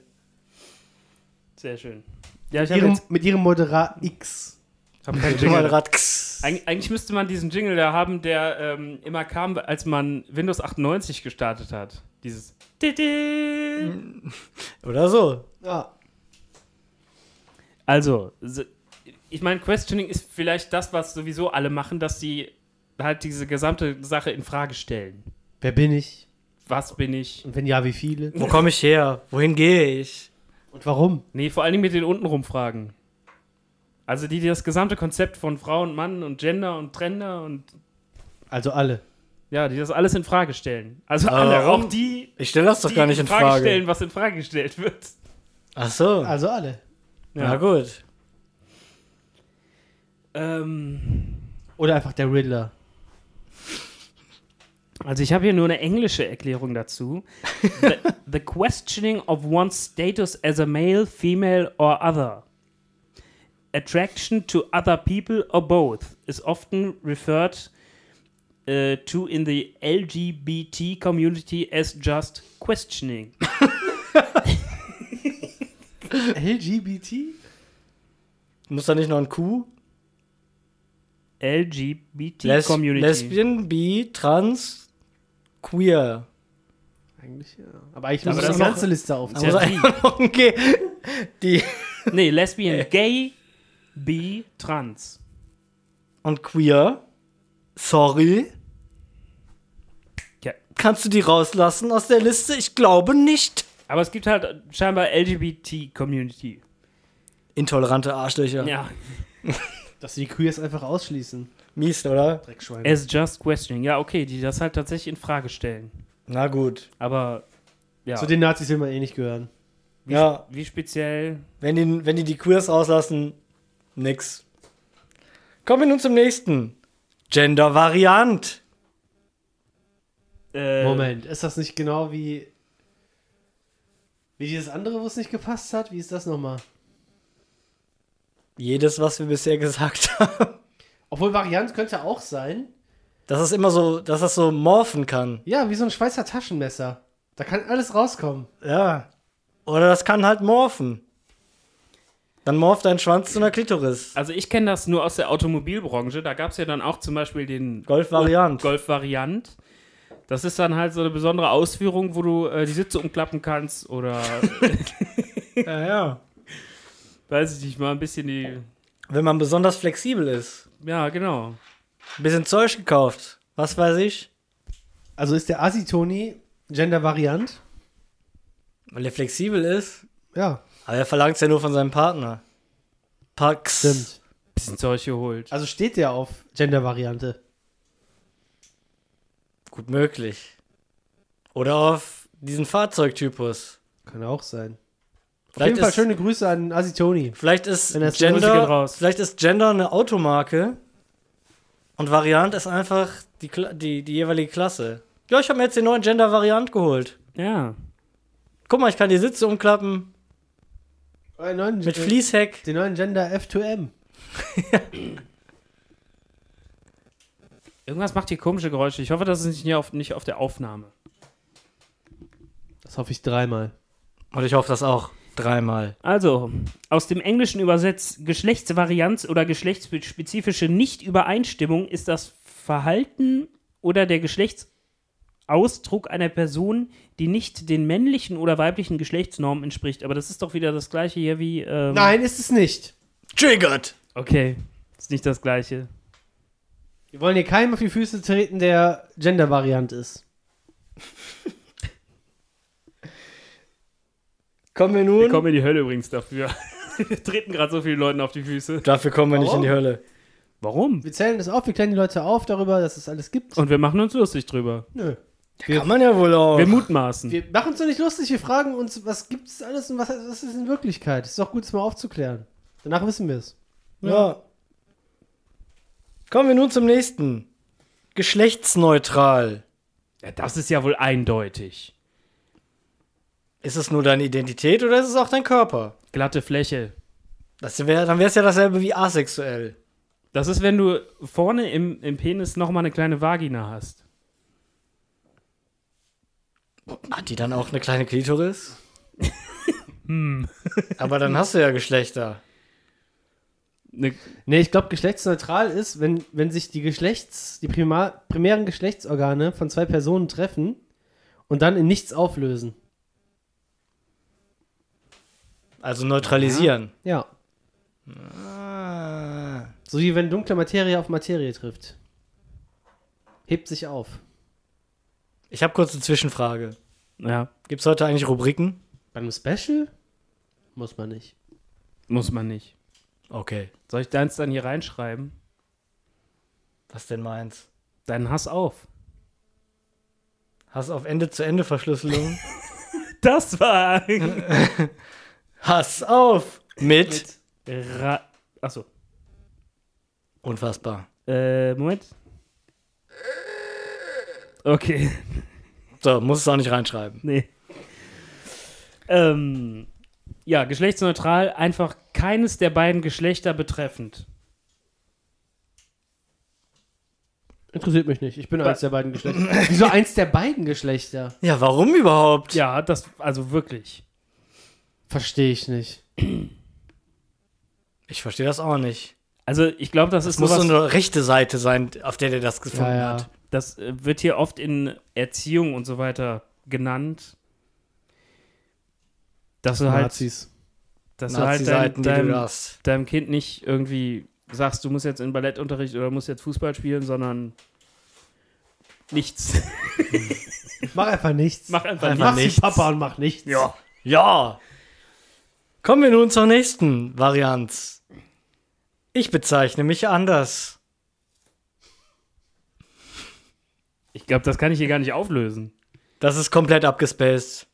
Sehr schön. Ja, ich hab Ihrem, jetzt- mit ihrem Moderat X. hab keinen Mal Jingle. Rad. Kss. Eig eigentlich müsste man diesen Jingle da haben, der ähm, immer kam, als man Windows 98 gestartet hat. Dieses. Titi. Oder so. Ja. Also, se- ich meine, Questioning ist vielleicht das, was sowieso alle machen, dass sie halt diese gesamte Sache in Frage stellen. Wer bin ich? Was bin ich? Und wenn ja, wie viele? Wo komme ich her? Wohin gehe ich? Und warum? Nee, vor allen Dingen mit den untenrum Fragen. Also die, die das gesamte Konzept von Frau und Mann und Gender und Trender und Also alle. ja, die das alles in Frage stellen. Also Aber alle, warum? auch die, Ich stelle das doch die gar nicht in Frage. stellen, was in Frage gestellt wird. Ach so. Also alle. Na gut. Ähm, Oder einfach der Riddler. also ich habe hier nur eine englische Erklärung dazu. The, the questioning of one's status as a male, female or other. Attraction to other people or both is often referred uh, to in the LGBT community as just questioning. LGBT? Muss da nicht noch ein Q? LGBT Les community. Lesbien, bi, trans, queer. Eigentlich, ja. Aber eigentlich Aber muss ich das die ist ganze Liste auf. Da muss einfach (laughs) noch ein G. Die Nee, lesbian, gay, bi, trans. und queer. Sorry. Ja. Kannst du die rauslassen aus der Liste? Ich glaube nicht. Aber es gibt halt scheinbar LGBT-Community. Intolerante Arschlöcher. Ja. Dass sie die Queers einfach ausschließen. Mies, oder? Dreckschwein. As just questioning. Ja, okay, die das halt tatsächlich in Frage stellen. Na gut. Aber, ja. Zu den Nazis will man eh nicht gehören. Ja. Wie speziell? Wenn die, wenn die die Queers rauslassen, nix. Kommen wir nun zum nächsten. Gender-Variant. Äh, Moment, ist das nicht genau wie. Wie dieses andere, wo es nicht gepasst hat? Wie ist das nochmal? Jedes, was wir bisher gesagt (laughs) haben. Obwohl Variant könnte auch sein. Dass es immer so, dass das so morphen kann. Ja, wie so ein Schweizer Taschenmesser. Da kann alles rauskommen. Ja. Oder das kann halt morphen. Dann morpht dein Schwanz zu einer Klitoris. Also ich kenne das nur aus der Automobilbranche. Da gab es ja dann auch zum Beispiel den Golf-Variant. Golf-Variant. Das ist dann halt so eine besondere Ausführung, wo du äh, die Sitze umklappen kannst oder, Ja, ja. weiß ich nicht, mal ein bisschen die. Wenn man besonders flexibel ist. Ja, genau. Ein bisschen Zeug gekauft. Was weiß ich? Also ist der Assi-Toni gendervariant? Weil er flexibel ist. Ja, Aber er verlangt es ja nur von seinem Partner. Pax. stimmt. Bisschen Zeug geholt. Also steht der auf Gendervariante. Gut möglich. Oder auf diesen Fahrzeugtypus. Kann auch sein. Auf Vielleicht jeden Fall ist- schöne Grüße an Assi-Toni. Vielleicht ist, Wenn das Grüße gehen Gender, raus. vielleicht ist Gender eine Automarke und Variant ist einfach die, Kla- die, die jeweilige Klasse. Ja, ich habe mir jetzt den neuen Gender-Variant geholt. Ja. Guck mal, ich kann die Sitze umklappen Den neuen- mit äh, Fließheck. Den neuen Gender F2M. Irgendwas macht hier komische Geräusche. Ich hoffe, das ist nicht hier auf, nicht auf der Aufnahme. Das hoffe ich dreimal. Und ich hoffe das auch. Dreimal. Also, aus dem Englischen übersetzt, Geschlechtsvarianz oder geschlechtsspezifische Nichtübereinstimmung ist das Verhalten oder der Geschlechtsausdruck einer Person, die nicht den männlichen oder weiblichen Geschlechtsnormen entspricht. Aber das ist doch wieder das gleiche hier wie. Ähm, Nein, ist es nicht. Triggered! Okay, ist nicht das gleiche. Wir wollen hier keinem auf die Füße treten, der Gender-Variant ist. (laughs) Kommen wir Wir nun. kommen in die Hölle übrigens dafür. (laughs) Wir treten gerade so vielen Leuten auf die Füße. Dafür kommen wir nicht in die Warum? Hölle. Warum? Wir zählen das auf, wir klären die Leute auf darüber, dass es alles gibt. Und wir machen uns lustig drüber. Nö. Wir- Kann man ja wohl auch. Wir mutmaßen. Wir machen uns doch nicht lustig, wir fragen uns, was gibt es alles und was, was ist in Wirklichkeit? Ist doch gut, es mal aufzuklären. Danach wissen wir es. Ja. Kommen wir nun zum nächsten. Geschlechtsneutral. ja, das ist ja wohl eindeutig. Ist es nur deine Identität oder ist es auch dein Körper? Glatte Fläche. Das wär, dann wäre es ja dasselbe wie asexuell. Das ist, wenn du vorne im, im Penis nochmal eine kleine Vagina hast. Hat die dann auch eine kleine Klitoris? Aber dann hast du ja Geschlechter. Eine, Nee, ich glaube, geschlechtsneutral ist, wenn, wenn sich die Geschlechts-, die Primar primären Geschlechtsorgane von zwei Personen treffen und dann in nichts auflösen. Also neutralisieren. Ja. Ah. So wie wenn dunkle Materie auf Materie trifft. Hebt sich auf. Ich habe kurz eine Zwischenfrage. ja, Gibt es heute eigentlich Rubriken? Bei einem Special muss man nicht. muss man nicht. Okay. Soll ich deins dann hier reinschreiben? Was denn meins? Deinen Hass auf. Hass auf Ende-zu-Ende-Verschlüsselung. Das war. Hass auf! Mit. Ra Achso. Unfassbar. Äh, Moment. Okay, (laughs) So, muss es auch nicht reinschreiben. nee. Ähm, ja, geschlechtsneutral, einfach keines der beiden Geschlechter betreffend. Interessiert mich nicht. Ich bin eins der beiden Geschlechter. Wieso eins der beiden Geschlechter? Ja, warum überhaupt? Ja, das, also wirklich. Verstehe ich nicht. Ich verstehe das auch nicht. Also, ich glaube, das, Es ist muss so sowas, eine rechte Seite sein, auf der der das gefunden Ja, ja. hat. das äh, wird hier oft in Erziehung und so weiter genannt. Dass du halt, Nazis. dass du halt dein, Nazi-Seiten, die du deinem, hast. deinem Kind nicht irgendwie sagst, du musst jetzt in Ballettunterricht oder musst jetzt Fußball spielen, sondern (laughs) nichts. Mach einfach nichts. Mach einfach, Mach nichts. Einfach nichts. nichts. Papa und mach nichts. Ja. Ja. Kommen wir nun zur nächsten Varianz. Ich bezeichne mich anders. Ich glaube, das kann ich hier gar nicht auflösen. Das ist komplett abgespaced.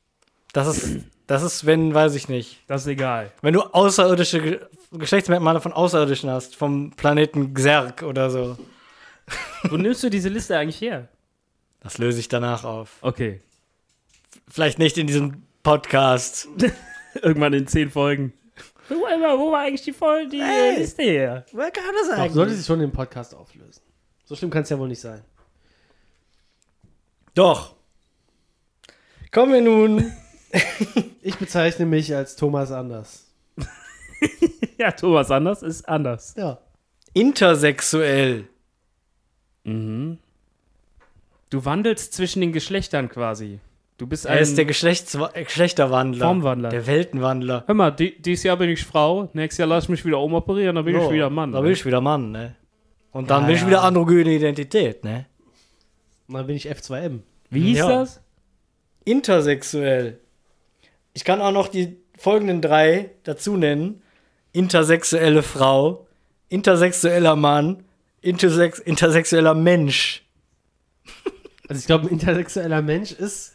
Das ist, das ist, wenn, weiß ich nicht. Das ist egal. Wenn du außerirdische Ge Geschlechtsmerkmale von Außerirdischen hast, vom Planeten Xerg oder so. Wo nimmst du diese Liste eigentlich her? Das löse ich danach auf. Okay. (laughs) Vielleicht nicht in diesem Podcast. Irgendwann in zehn Folgen. Wo, wo war eigentlich die, Fol die äh, Liste her? Wer kann das Doch, sollte sich schon den Podcast auflösen. So schlimm kann es ja wohl nicht sein. Doch. Kommen wir nun. (laughs) Ich bezeichne mich als Thomas Anders. Ja, Thomas Anders ist anders. Ja. Intersexuell. Mhm. Du wandelst zwischen den Geschlechtern quasi. Du bist ein. Er ist der Geschlechts äh, Geschlechterwandler. Formwandler. Der Weltenwandler. Hör mal, di dieses Jahr bin ich Frau, nächstes Jahr lass ich mich wieder umoperieren, dann bin ich So, wieder Mann. Da bin ich wieder Mann, ne? Und dann Ja, bin ich ja. wieder androgyne Identität, ne? Und dann bin ich F2M. Wie hieß Ja. das? Intersexuell. Ich kann auch noch die folgenden drei dazu nennen. Intersexuelle Frau, intersexueller Mann, intersex intersexueller Mensch. Also ich glaube, ein intersexueller Mensch ist,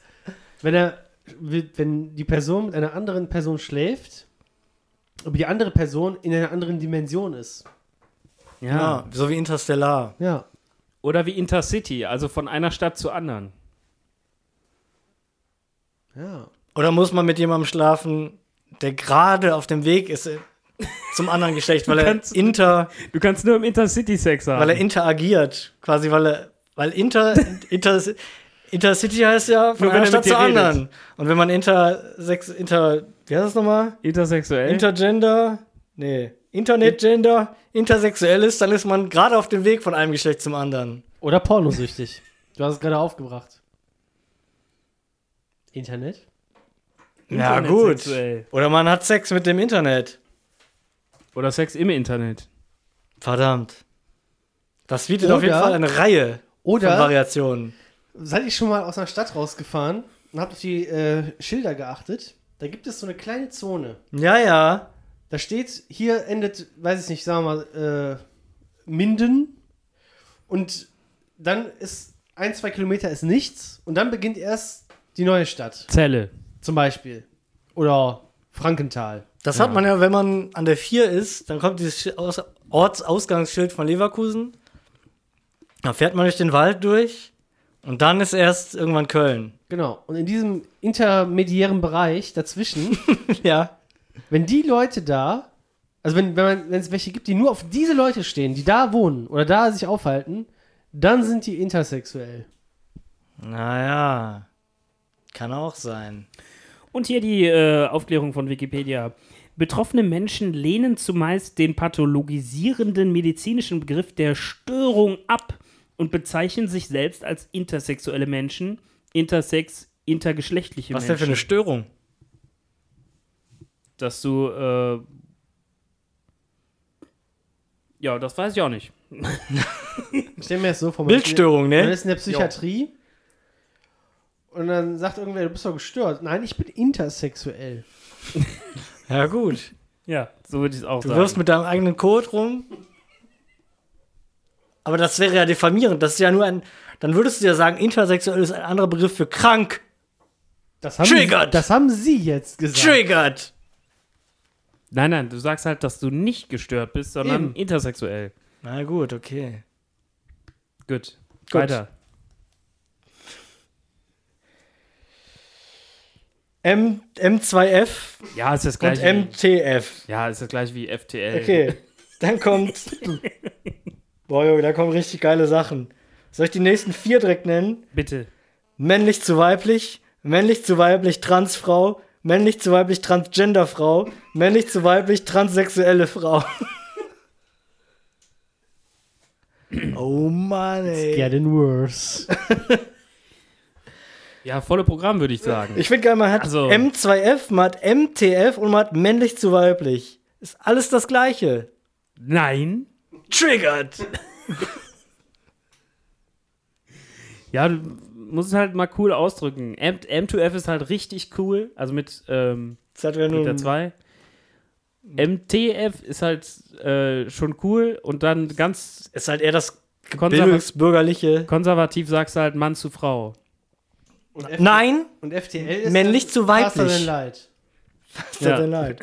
wenn er, wenn die Person mit einer anderen Person schläft, aber die andere Person in einer anderen Dimension ist. Ja, so wie Interstellar. Ja. Oder wie Intercity, also von einer Stadt zur anderen. Ja. Oder muss man mit jemandem schlafen, der gerade auf dem Weg ist äh, zum (laughs) anderen Geschlecht, weil er kannst- inter, Du kannst nur im Intercity Sex haben. weil er interagiert, quasi weil er weil inter, inter Intercity heißt ja von Nur wenn er einer mit Stadt dir zur redet. anderen. Und wenn man intersex inter wie heißt das nochmal? Intersexuell? Intergender, nee, Internetgender, intersexuell ist, dann ist man gerade auf dem Weg von einem Geschlecht zum anderen. Oder pornosüchtig. (laughs) du hast es gerade aufgebracht. Internet? Ja, gut. Internetsexuell. Oder man hat Sex mit dem Internet. Oder Sex im Internet. Verdammt. Das bietet auf Oder- jeden Fall eine Reihe von Oder Variationen. seid ihr schon mal aus einer Stadt rausgefahren und habt auf die äh, Schilder geachtet? Da gibt es so eine kleine Zone. Ja, ja. Da steht, hier endet, weiß ich nicht, sagen wir mal, äh, Minden. Und dann ist ein, zwei Kilometer ist nichts. Und dann beginnt erst die neue Stadt, Zelle. zum Beispiel. Oder Frankenthal. Das hat man ja, wenn man an der 4 ist, dann kommt dieses Schi- Aus Ortsausgangsschild von Leverkusen. Dann fährt man durch den Wald durch und dann ist erst irgendwann Köln. Genau. Und in diesem intermediären Bereich dazwischen, ja. wenn die Leute da, also wenn wenn man- wenn es welche gibt, die nur auf diese Leute stehen, die da wohnen oder da sich aufhalten, dann sind die intersexuell. Naja. Kann auch sein. Und hier die äh, Aufklärung von Wikipedia. Betroffene Menschen lehnen zumeist den pathologisierenden medizinischen Begriff der Störung ab und bezeichnen sich selbst als intersexuelle Menschen, intersex, intergeschlechtliche Was denn Menschen. für eine Störung? Dass du, äh, ja, das weiß ich auch nicht. Ich stell mir das so vor. man ist in- Bildstörung, Man ne? ist in der Psychiatrie und dann sagt irgendwer, du bist doch gestört. Nein, ich bin intersexuell. Ja, gut. Ja, so würde ich es auch Du sagen. wirfst mit deinem eigenen Code rum. Aber das wäre ja diffamierend. Das ist ja nur ein. Dann würdest du ja sagen, intersexuell ist ein anderer Begriff für krank. Das haben Triggered. Sie, das haben sie jetzt gesagt. Triggered. nein, nein, du sagst halt, dass du nicht gestört bist, sondern Eben. intersexuell. Na gut, okay. Gut, Gut. weiter. M, M2F Ja, ist das und gleiche. MTF. ja, ist das gleiche wie FTL. Okay, dann kommt. Boah, Junge, da kommen richtig geile Sachen. Soll ich die nächsten vier direkt nennen? Bitte. männlich zu weiblich, männlich zu weiblich Transfrau, männlich zu weiblich Transgenderfrau, männlich zu weiblich transsexuelle Frau. oh Mann, ey. Getting worse. Ja, volle Programm, würde ich sagen. Ich finde geil, man hat Also- M2F, man hat MTF und man hat männlich zu weiblich. Ist alles das gleiche. Nein. Triggered. Ja, du musst es halt mal cool ausdrücken. M M2F ist halt richtig cool, also mit, ähm, Das hat ja mit der nun 2. MTF ist halt äh, schon cool und dann ganz ist halt eher das konserva bildungsbürgerliche. konservativ sagst du halt Mann zu Frau. Und, F Nein, und FTL ist Männlich dann zu weiblich. Faster than Light. ist Ja. ja. denn leid.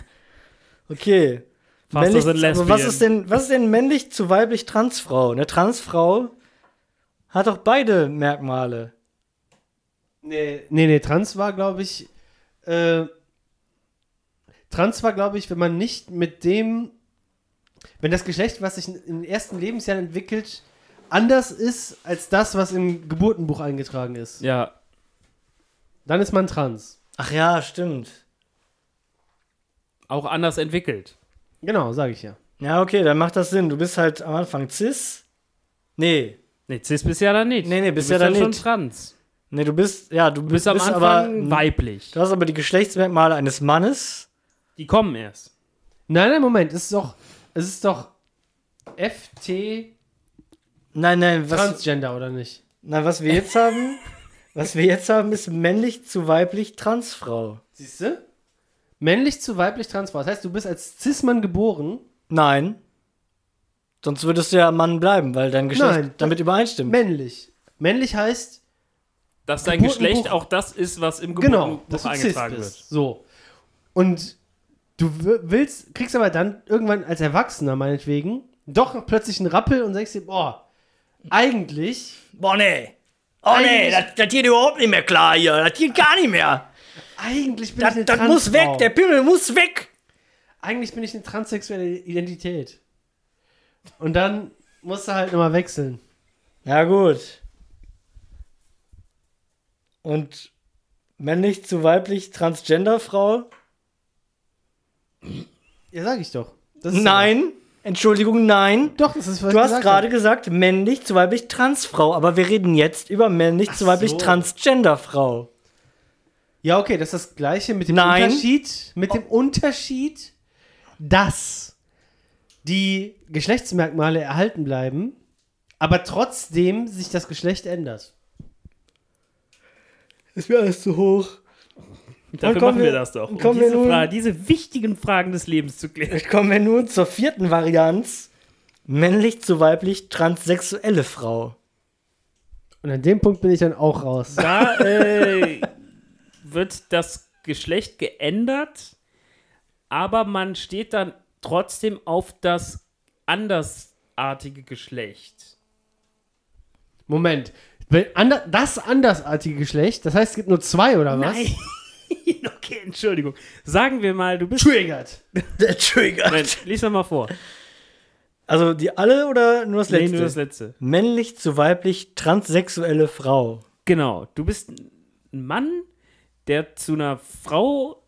Okay. Faster Männlich- than lesbian. aber was ist denn was ist denn männlich zu weiblich Transfrau? Eine Transfrau hat doch beide Merkmale. Nee, nee, nee, trans war, glaube ich, äh, trans war, glaube ich, wenn man nicht mit dem, wenn das Geschlecht, was sich in- in den ersten Lebensjahren entwickelt, anders ist als das, was im Geburtenbuch eingetragen ist. Ja, Dann ist man trans. Ach ja, stimmt. auch anders entwickelt. Genau, sage ich ja. Ja, okay, dann macht das Sinn. Du bist halt am Anfang cis. Nee, Nee, cis bist ja da nicht. Nee, nee, bist ja du da bist schon nicht. trans. Nee, du bist, ja, du Du bist bist, am Anfang aber, weiblich. Du hast aber die Geschlechtsmerkmale eines Mannes. Die kommen erst. Nein, nein, Moment, es ist doch, es ist doch FT Nein, nein, was, Transgender, oder nicht? nein, was wir jetzt haben, was wir jetzt haben, ist männlich zu weiblich Transfrau. Siehst du? Männlich zu weiblich Transfrau. Das heißt, du bist als Cis-Mann geboren. Nein. Sonst würdest du ja Mann bleiben, weil dein Geschlecht Nein. damit übereinstimmt. Männlich. Männlich heißt, Dass dein Geburtenbuch- Geschlecht auch das ist, was im Genau, Geburtenbuch dass du Cis eingetragen bist. wird. So. Und du wi- willst, kriegst aber dann irgendwann als Erwachsener meinetwegen doch noch plötzlich einen Rappel und sagst dir, boah, eigentlich, Boah, nee. Oh nee, das- geht überhaupt nicht mehr klar hier. Das geht gar nicht mehr. eigentlich bin Das, ich eine das muss Transfrau. weg. Der Pimmel muss weg. Eigentlich bin ich eine transsexuelle Identität. Und dann musst du halt nochmal wechseln. Ja, gut. Und männlich zu weiblich Transgenderfrau? Ja, sag ich doch. Das ist Nein. Entschuldigung, nein. Doch, das ist was ich Du hast gesagt gerade habe. gesagt, männlich zu weiblich Transfrau, aber wir reden jetzt über männlich zu weiblich so. Transgenderfrau. Ja, okay, das ist das gleiche mit dem Nein. Oh. Unterschied. Mit dem Unterschied, dass die Geschlechtsmerkmale erhalten bleiben, aber trotzdem sich das Geschlecht ändert. Ist mir alles zu hoch. Dafür kommen machen wir wir- das doch. Um kommen wir diese, nun- Fra- diese wichtigen Fragen des Lebens zu (laughs) klären. Kommen wir nun zur vierten Varianz. Männlich zu weiblich transsexuelle Frau. Und an dem Punkt bin ich dann auch raus. Da äh, wird das Geschlecht geändert, aber man steht dann trotzdem auf das andersartige (laughs) Geschlecht. Moment. Wenn ander- Das andersartige Geschlecht, das heißt, es gibt nur zwei oder was? Nein. okay, Entschuldigung. Sagen wir mal, du bist. Triggert. (laughs) Der Trigger. Nein, lies doch mal vor. Also die alle oder nur das Nee, letzte? nur das letzte. Männlich zu weiblich transsexuelle Frau. Genau. Du bist ein Mann, der zu einer Frau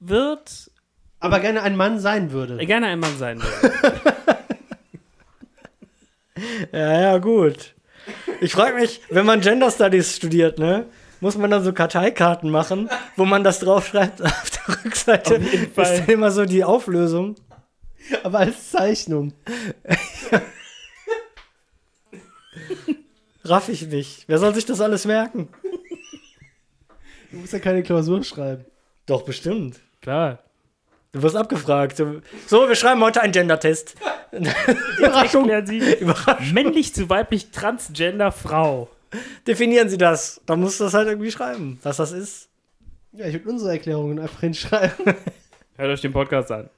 wird, Aber gerne ein Mann sein Mhm. würde. gerne ein Mann sein will. Ja, ja, gut. Ich frage mich, wenn man Gender Studies studiert, ne? Muss man dann so Karteikarten machen, wo man das draufschreibt (laughs) auf der Rückseite? Auf jeden Ist Fall. dann immer so die Auflösung. Aber als Zeichnung. Raff ich nicht. Wer soll sich das alles merken? Du musst ja keine Klausur schreiben. Doch, bestimmt. Klar. Du wirst abgefragt. So, wir schreiben heute einen (laughs) Gender-Test. (laughs) Überraschung. Erklären Sie Überraschung. männlich zu weiblich transgender Frau. Definieren Sie das. Dann musst du das halt irgendwie schreiben, was das ist. Ja, ich würde unsere Erklärungen einfach hinschreiben. (laughs) Hört euch den Podcast an.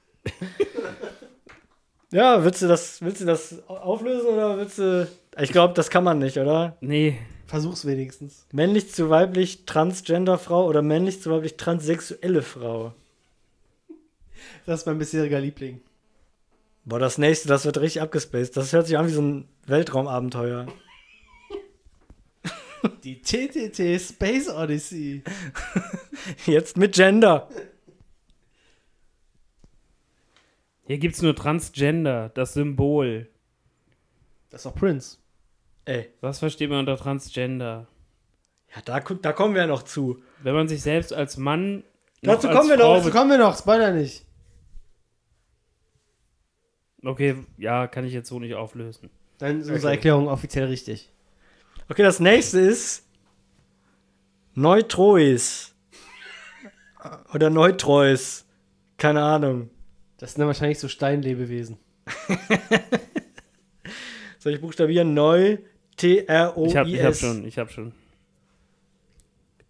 Ja, willst du das, willst du das au- auflösen oder willst du. Ich glaube, das kann man nicht, oder? Nee, Versuch's wenigstens. Männlich zu weiblich transgender Frau oder männlich zu weiblich transsexuelle Frau. Das ist mein bisheriger Liebling. Boah, das nächste, das wird richtig abgespaced. Das hört sich an wie so ein Weltraumabenteuer. (laughs) Die TTT Space Odyssey. Jetzt mit Gender. hier gibt's nur Transgender, das Symbol. Das ist doch Prince. Ey, Was versteht man unter Transgender? ja, da, gu- da kommen wir ja noch zu. Wenn man sich selbst als Mann. noch Dazu als kommen wir Frau noch. Dazu kommen wir noch, spoiler nicht. be- Okay, ja, kann ich jetzt so nicht auflösen. Dann ist unsere Okay. Erklärung offiziell richtig. Okay, das nächste ist Neutrois. Oder Neutreus. Keine Ahnung. Das sind dann wahrscheinlich so Steinlebewesen. Soll ich buchstabieren? Neu Oh, Ich hab, ich hab T-R-O-I-S. schon, ich hab schon.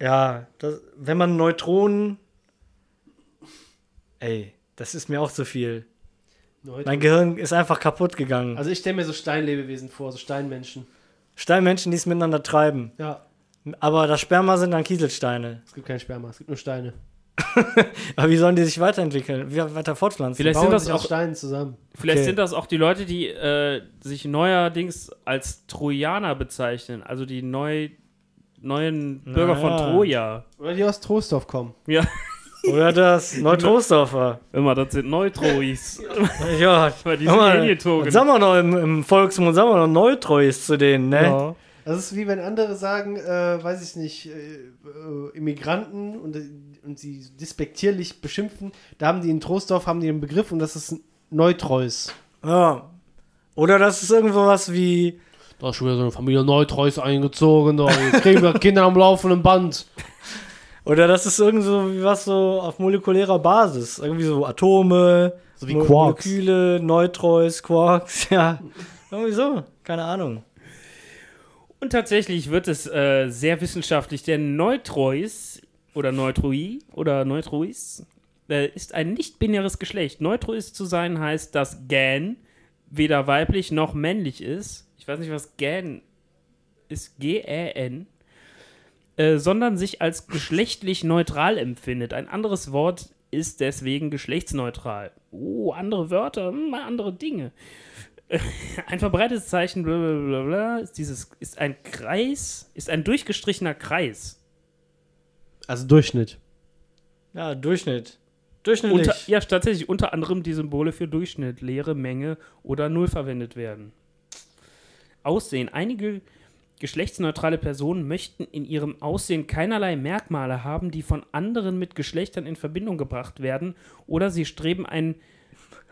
Ja, das, wenn man Neutronen. Ey, das ist mir auch zu viel. Mein Gehirn ist einfach kaputt gegangen. Also ich stelle mir so Steinlebewesen vor, so Steinmenschen. Steinmenschen, die es miteinander treiben. Ja, Aber das Sperma sind dann Kieselsteine. es gibt kein Sperma, es gibt nur Steine. Aber wie sollen die sich weiterentwickeln? Wie weiter fortpflanzen? Vielleicht Bauen sind das sich aus auch, Steinen zusammen. vielleicht Okay. sind das auch die Leute, die äh, sich neuerdings als Trojaner bezeichnen, also die neu, neuen Bürger von ja. Troja. Oder die aus Trostorf kommen. Ja. (laughs) Oder das? Neutrosdorfer. Immer, das sind Neutrois. Ja, Weil die sag sind mal, Alien-Togen. Sagen wir noch im, im Volksmund, sagen wir noch Neutreus zu denen, ne? ja. Das ist wie wenn andere sagen, äh, weiß ich nicht, äh, äh, Immigranten und, äh, und sie despektierlich beschimpfen. Da haben die in Troisdorf haben die einen Begriff und das ist Neutreus. Ja. Oder das ist irgendwo was wie, Da ist schon wieder so eine Familie Neutreus eingezogen. Da kriegen wir Kinder am laufenden Band. oder das ist irgendwo wie was so auf molekulärer Basis. Irgendwie so Atome, So wie Mo- Quarks. Moleküle, Neutreus, Quarks, (laughs) ja. Irgendwie so, keine Ahnung. Und tatsächlich wird es äh, sehr wissenschaftlich, denn Neutrois oder Neutroi oder Neutrois äh, ist ein nicht-binäres Geschlecht. Neutrois zu sein heißt, dass Gan weder weiblich noch männlich ist. Ich weiß nicht, was Gan ist. G-Ä-N. Äh, sondern sich als geschlechtlich neutral empfindet. Ein anderes Wort ist deswegen geschlechtsneutral. Oh, andere Wörter, hm, andere Dinge. Ein verbreitetes Zeichen, bla bla bla bla, ist dieses, ist ein Kreis, ist ein durchgestrichener Kreis. Also Durchschnitt. Ja, Durchschnitt. Unter, Durchschnittlich. ja, tatsächlich unter anderem die Symbole für Durchschnitt, Leere, Menge oder Null verwendet werden. Aussehen. Einige geschlechtsneutrale Personen möchten in ihrem Aussehen keinerlei Merkmale haben, die von anderen mit Geschlechtern in Verbindung gebracht werden, oder sie streben ein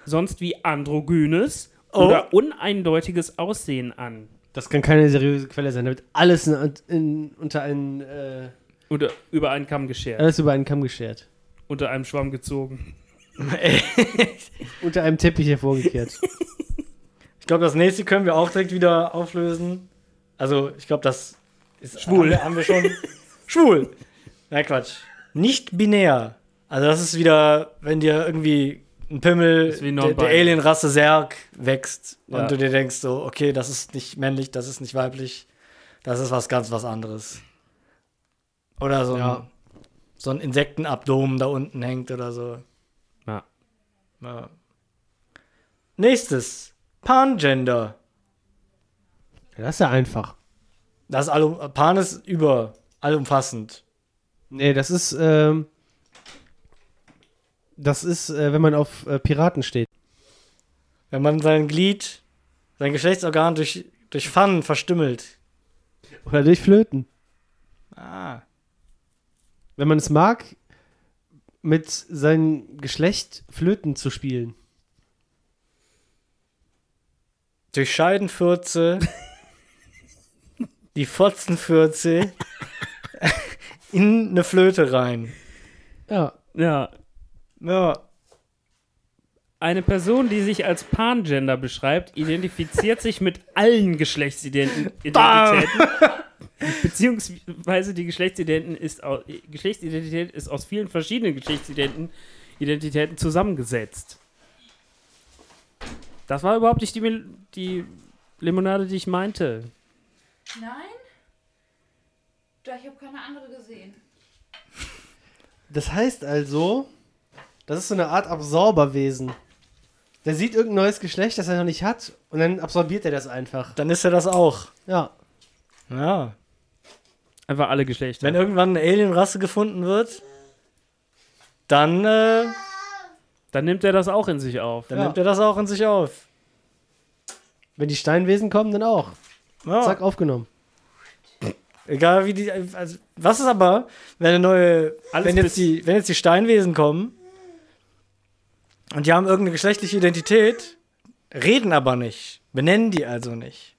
sonst wie androgynes Oh. oder uneindeutiges Aussehen an. Das kann keine seriöse Quelle sein. Da wird alles in, in, unter einen, äh, Oder über einen Kamm geschert. alles über einen Kamm geschert. unter einem Schwamm gezogen. Unter einem Teppich hervorgekehrt. (laughs) Ich glaube, das nächste können wir auch direkt wieder auflösen. Also, ich glaube, das ist. Schwul. Haben wir, haben wir (laughs) schon. schwul! Na, Quatsch. Nicht binär. Also, das ist wieder, wenn dir irgendwie ein Pimmel Ist wie der, der non-binary. Alienrasse Serg wächst Ja. und du dir denkst, so, okay, das ist nicht männlich, das ist nicht weiblich, das ist was ganz was anderes. Oder so ein, Ja. so ein Insektenabdomen da unten hängt oder so. Ja. Ja. Nächstes. Pangender. Ja, das ist ja einfach. Das ist allum, Pan ist über, allumfassend. Nee, das ist, ähm, das ist, äh, wenn man auf äh, Piraten steht. Wenn man sein Glied, sein Geschlechtsorgan durch, durch Pfannen verstümmelt. Oder durch Flöten. Ah. Wenn man es mag, mit seinem Geschlecht Flöten zu spielen. Durch Scheidenfürze. die Fotzenfürze. (laughs) in eine Flöte rein. Ja. Ja. Ja. Eine Person, die sich als Pangender beschreibt, identifiziert sich mit allen Geschlechtsidentitäten. Beziehungsweise die Geschlechtsidenten ist au- Geschlechtsidentität ist aus vielen verschiedenen Geschlechtsidenten Identitäten zusammengesetzt. Das war überhaupt nicht die, Mil- die Limonade, die ich meinte. Nein? Doch, ich habe keine andere gesehen. Das heißt also, das ist so eine Art Absorberwesen. Der sieht irgendein neues Geschlecht, das er noch nicht hat, und dann absorbiert er das einfach. Dann ist er das auch. Ja. Ja. Einfach alle Geschlechter. Wenn irgendwann eine Alienrasse gefunden wird, dann, äh, Dann nimmt er das auch in sich auf. dann Ja. nimmt er das auch in sich auf. Wenn die Steinwesen kommen, dann auch. Ja. Zack, aufgenommen. Egal wie die. Also, was ist aber, wenn eine neue. Alles wenn, bis- jetzt die, wenn jetzt die Steinwesen kommen und die haben irgendeine geschlechtliche Identität, reden aber nicht, benennen die also nicht.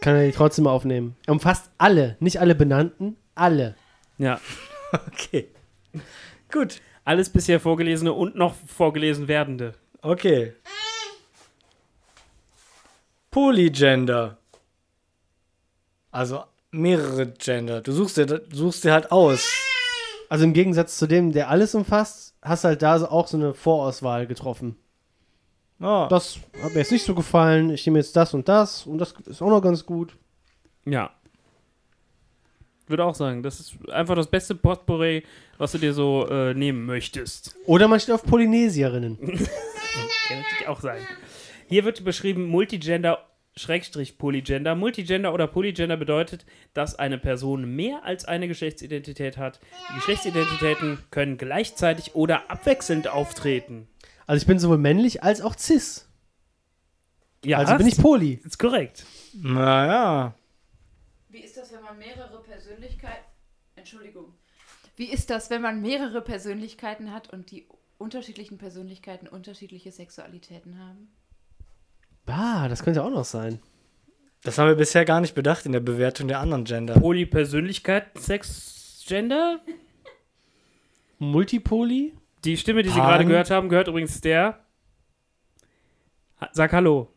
Kann er die trotzdem mal aufnehmen. Er umfasst alle, nicht alle Benannten, alle. Ja. Okay. Gut. Alles bisher vorgelesene und noch vorgelesen werdende. Okay. Polygender. Also mehrere Gender. Du suchst dir, du suchst dir halt aus. Also im Gegensatz zu dem, der alles umfasst, hast halt da so auch so eine Vorauswahl getroffen. Ja. Das hat mir jetzt nicht so gefallen. Ich nehme jetzt das und das und das ist auch noch ganz gut. Ja. Würde auch sagen, das ist einfach das beste Potpourri, was du dir so äh, nehmen möchtest. Oder man steht auf Polynesierinnen. Kann natürlich auch sein. Hier wird beschrieben Multigender Schrägstrich Polygender. Multigender oder Polygender bedeutet, dass eine Person mehr als eine Geschlechtsidentität hat. Die Geschlechtsidentitäten können gleichzeitig oder abwechselnd auftreten. Also ich bin sowohl männlich als auch cis. Ja, Also bin ich Poli. ist korrekt. Naja. Wie ist das, wenn man mehrere Persönlichkeiten. Entschuldigung. Wie ist das, wenn man mehrere Persönlichkeiten hat und die unterschiedlichen Persönlichkeiten unterschiedliche Sexualitäten haben? Ah, das könnte auch noch sein. Das haben wir bisher gar nicht bedacht in der Bewertung der anderen Gender. Polypersönlichkeit, Sex, Gender. Multipoli? Die Stimme, die Sie Pan- gerade gehört haben, gehört übrigens der. Ha- Sag Hallo.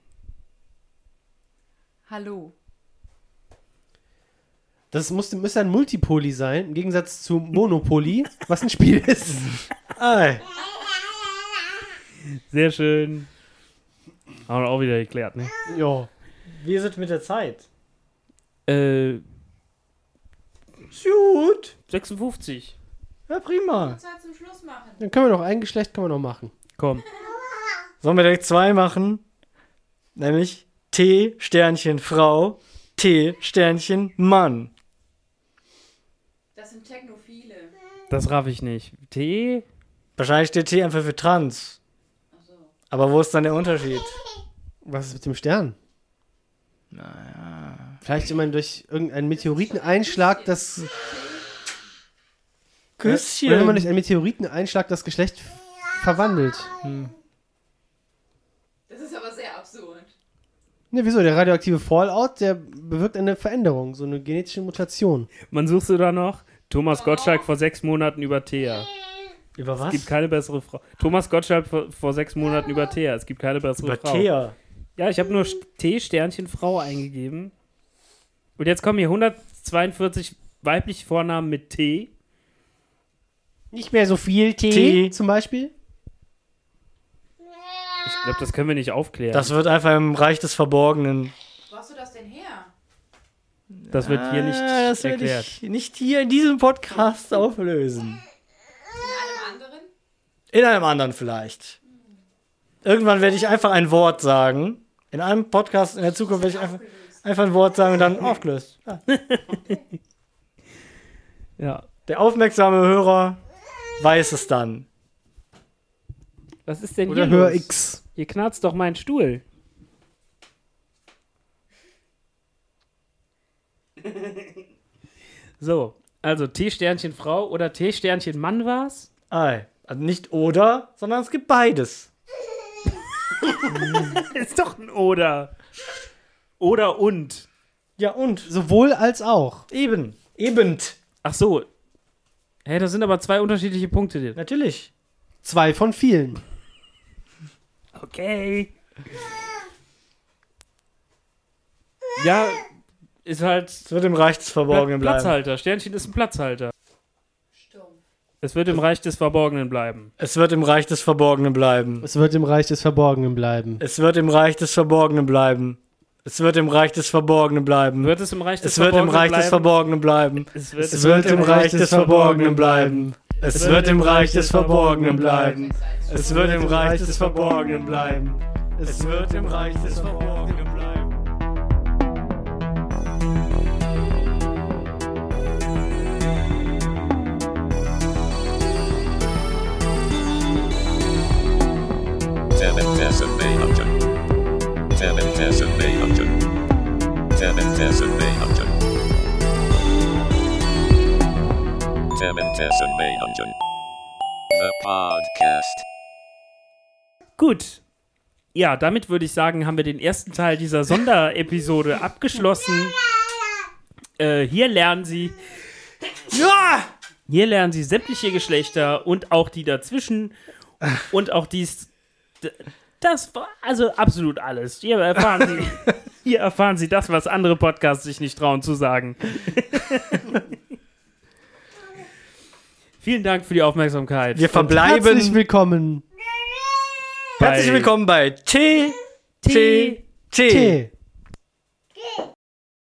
Hallo. Das muss, müsste ein Multipoli sein, im Gegensatz zu Monopoly, was ein Spiel ist. Ei. Sehr schön. Haben wir auch wieder geklärt, ne? Jo. Wie ist es mit der Zeit? Äh, Ist gut. 56. Ja, prima. Zeit zum Schluss machen. Dann können wir noch ein Geschlecht können wir noch machen. Komm. Sollen wir direkt zwei machen? Nämlich T Sternchen Frau, T Sternchen Mann. Das sind Technophile. Das raff ich nicht. T. Wahrscheinlich steht T einfach für trans. Aber wo ist dann der Unterschied? Was ist mit dem Stern? Naja. Vielleicht immer durch irgendeinen Meteoriteneinschlag, das. Küsschen. Oder wenn man durch einen Meteoriteneinschlag das Geschlecht verwandelt. Das ist aber sehr absurd. Ne, wieso? Der radioaktive Fallout, der bewirkt eine Veränderung, so eine genetische Mutation. Man suchst du da noch? Thomas Gottschalk vor sechs Monaten über Thea. Über Es gibt was? keine bessere Frau. Thomas Gottschalk vor, vor sechs Monaten über Thea. Es gibt keine bessere Über Frau. Thea. Ja, ich habe nur T-Sternchen-Frau eingegeben. Und jetzt kommen hier 142 weibliche Vornamen mit T. Nicht mehr so viel T, T. zum Beispiel. Ich glaube, das können wir nicht aufklären. Das wird einfach im Reich des Verborgenen. Wo hast du das denn her? Das wird hier nicht Ah, das werde erklärt. ich nicht hier in diesem Podcast auflösen. In einem anderen? In einem anderen vielleicht. Irgendwann werde ich einfach ein Wort sagen. In einem Podcast in der Zukunft werde ich einfach, einfach ein Wort sagen und (laughs) dann aufgelöst. Ah. Ja. Ja. Der aufmerksame Hörer weiß es dann. Was ist denn Oder hier Hör los? X. Hier knarzt doch mein Stuhl. so, also T-Sternchen Frau oder T-Sternchen Mann war's? Ei. Also nicht oder, sondern es gibt beides. (laughs) Ist doch ein Oder. Oder und. Ja und? Sowohl als auch. Eben. Eben. Ach so. Hä, das sind aber zwei unterschiedliche Punkte. Jetzt. Natürlich. Zwei von vielen. Okay. Ja, ist halt Es wird im Reich des Verborgenen bleiben. Platzhalter. Sternchen ist ein Platzhalter. Stumpf. Es wird im Reich des Verborgenen bleiben. Es wird im Reich des Verborgenen bleiben. Es wird im Reich des Verborgenen bleiben. Es wird im Reich des Verborgenen bleiben. Es wird im Reich des Verborgenen bleiben. Wird es im Reich des es wird im Reich des Verborgenen Verborgenen bleiben. bleiben? Es wird, Es wird im Reich des Verborgenen bleiben. Es wird im Reich des Verborgenen bleiben. Es wird im Reich des Verborgenen bleiben. Es wird im Reich des Verborgenen bleiben. Seven thousand eight hundred. Seven thousand eight hundred. Seven thousand eight hundred. Seven thousand eight hundred. The podcast. Gut. Ja, damit würde ich sagen, haben wir den ersten Teil dieser Sonderepisode abgeschlossen. Äh, hier lernen Sie. Ja! Hier lernen Sie sämtliche Geschlechter und auch die dazwischen und auch dies. d- Das war also absolut alles. Hier erfahren Sie, hier erfahren Sie das, was andere Podcasts sich nicht trauen zu sagen. Vielen Dank für die Aufmerksamkeit. Wir Herzlich verbleiben. willkommen. Herzlich willkommen bei T. T. T. T.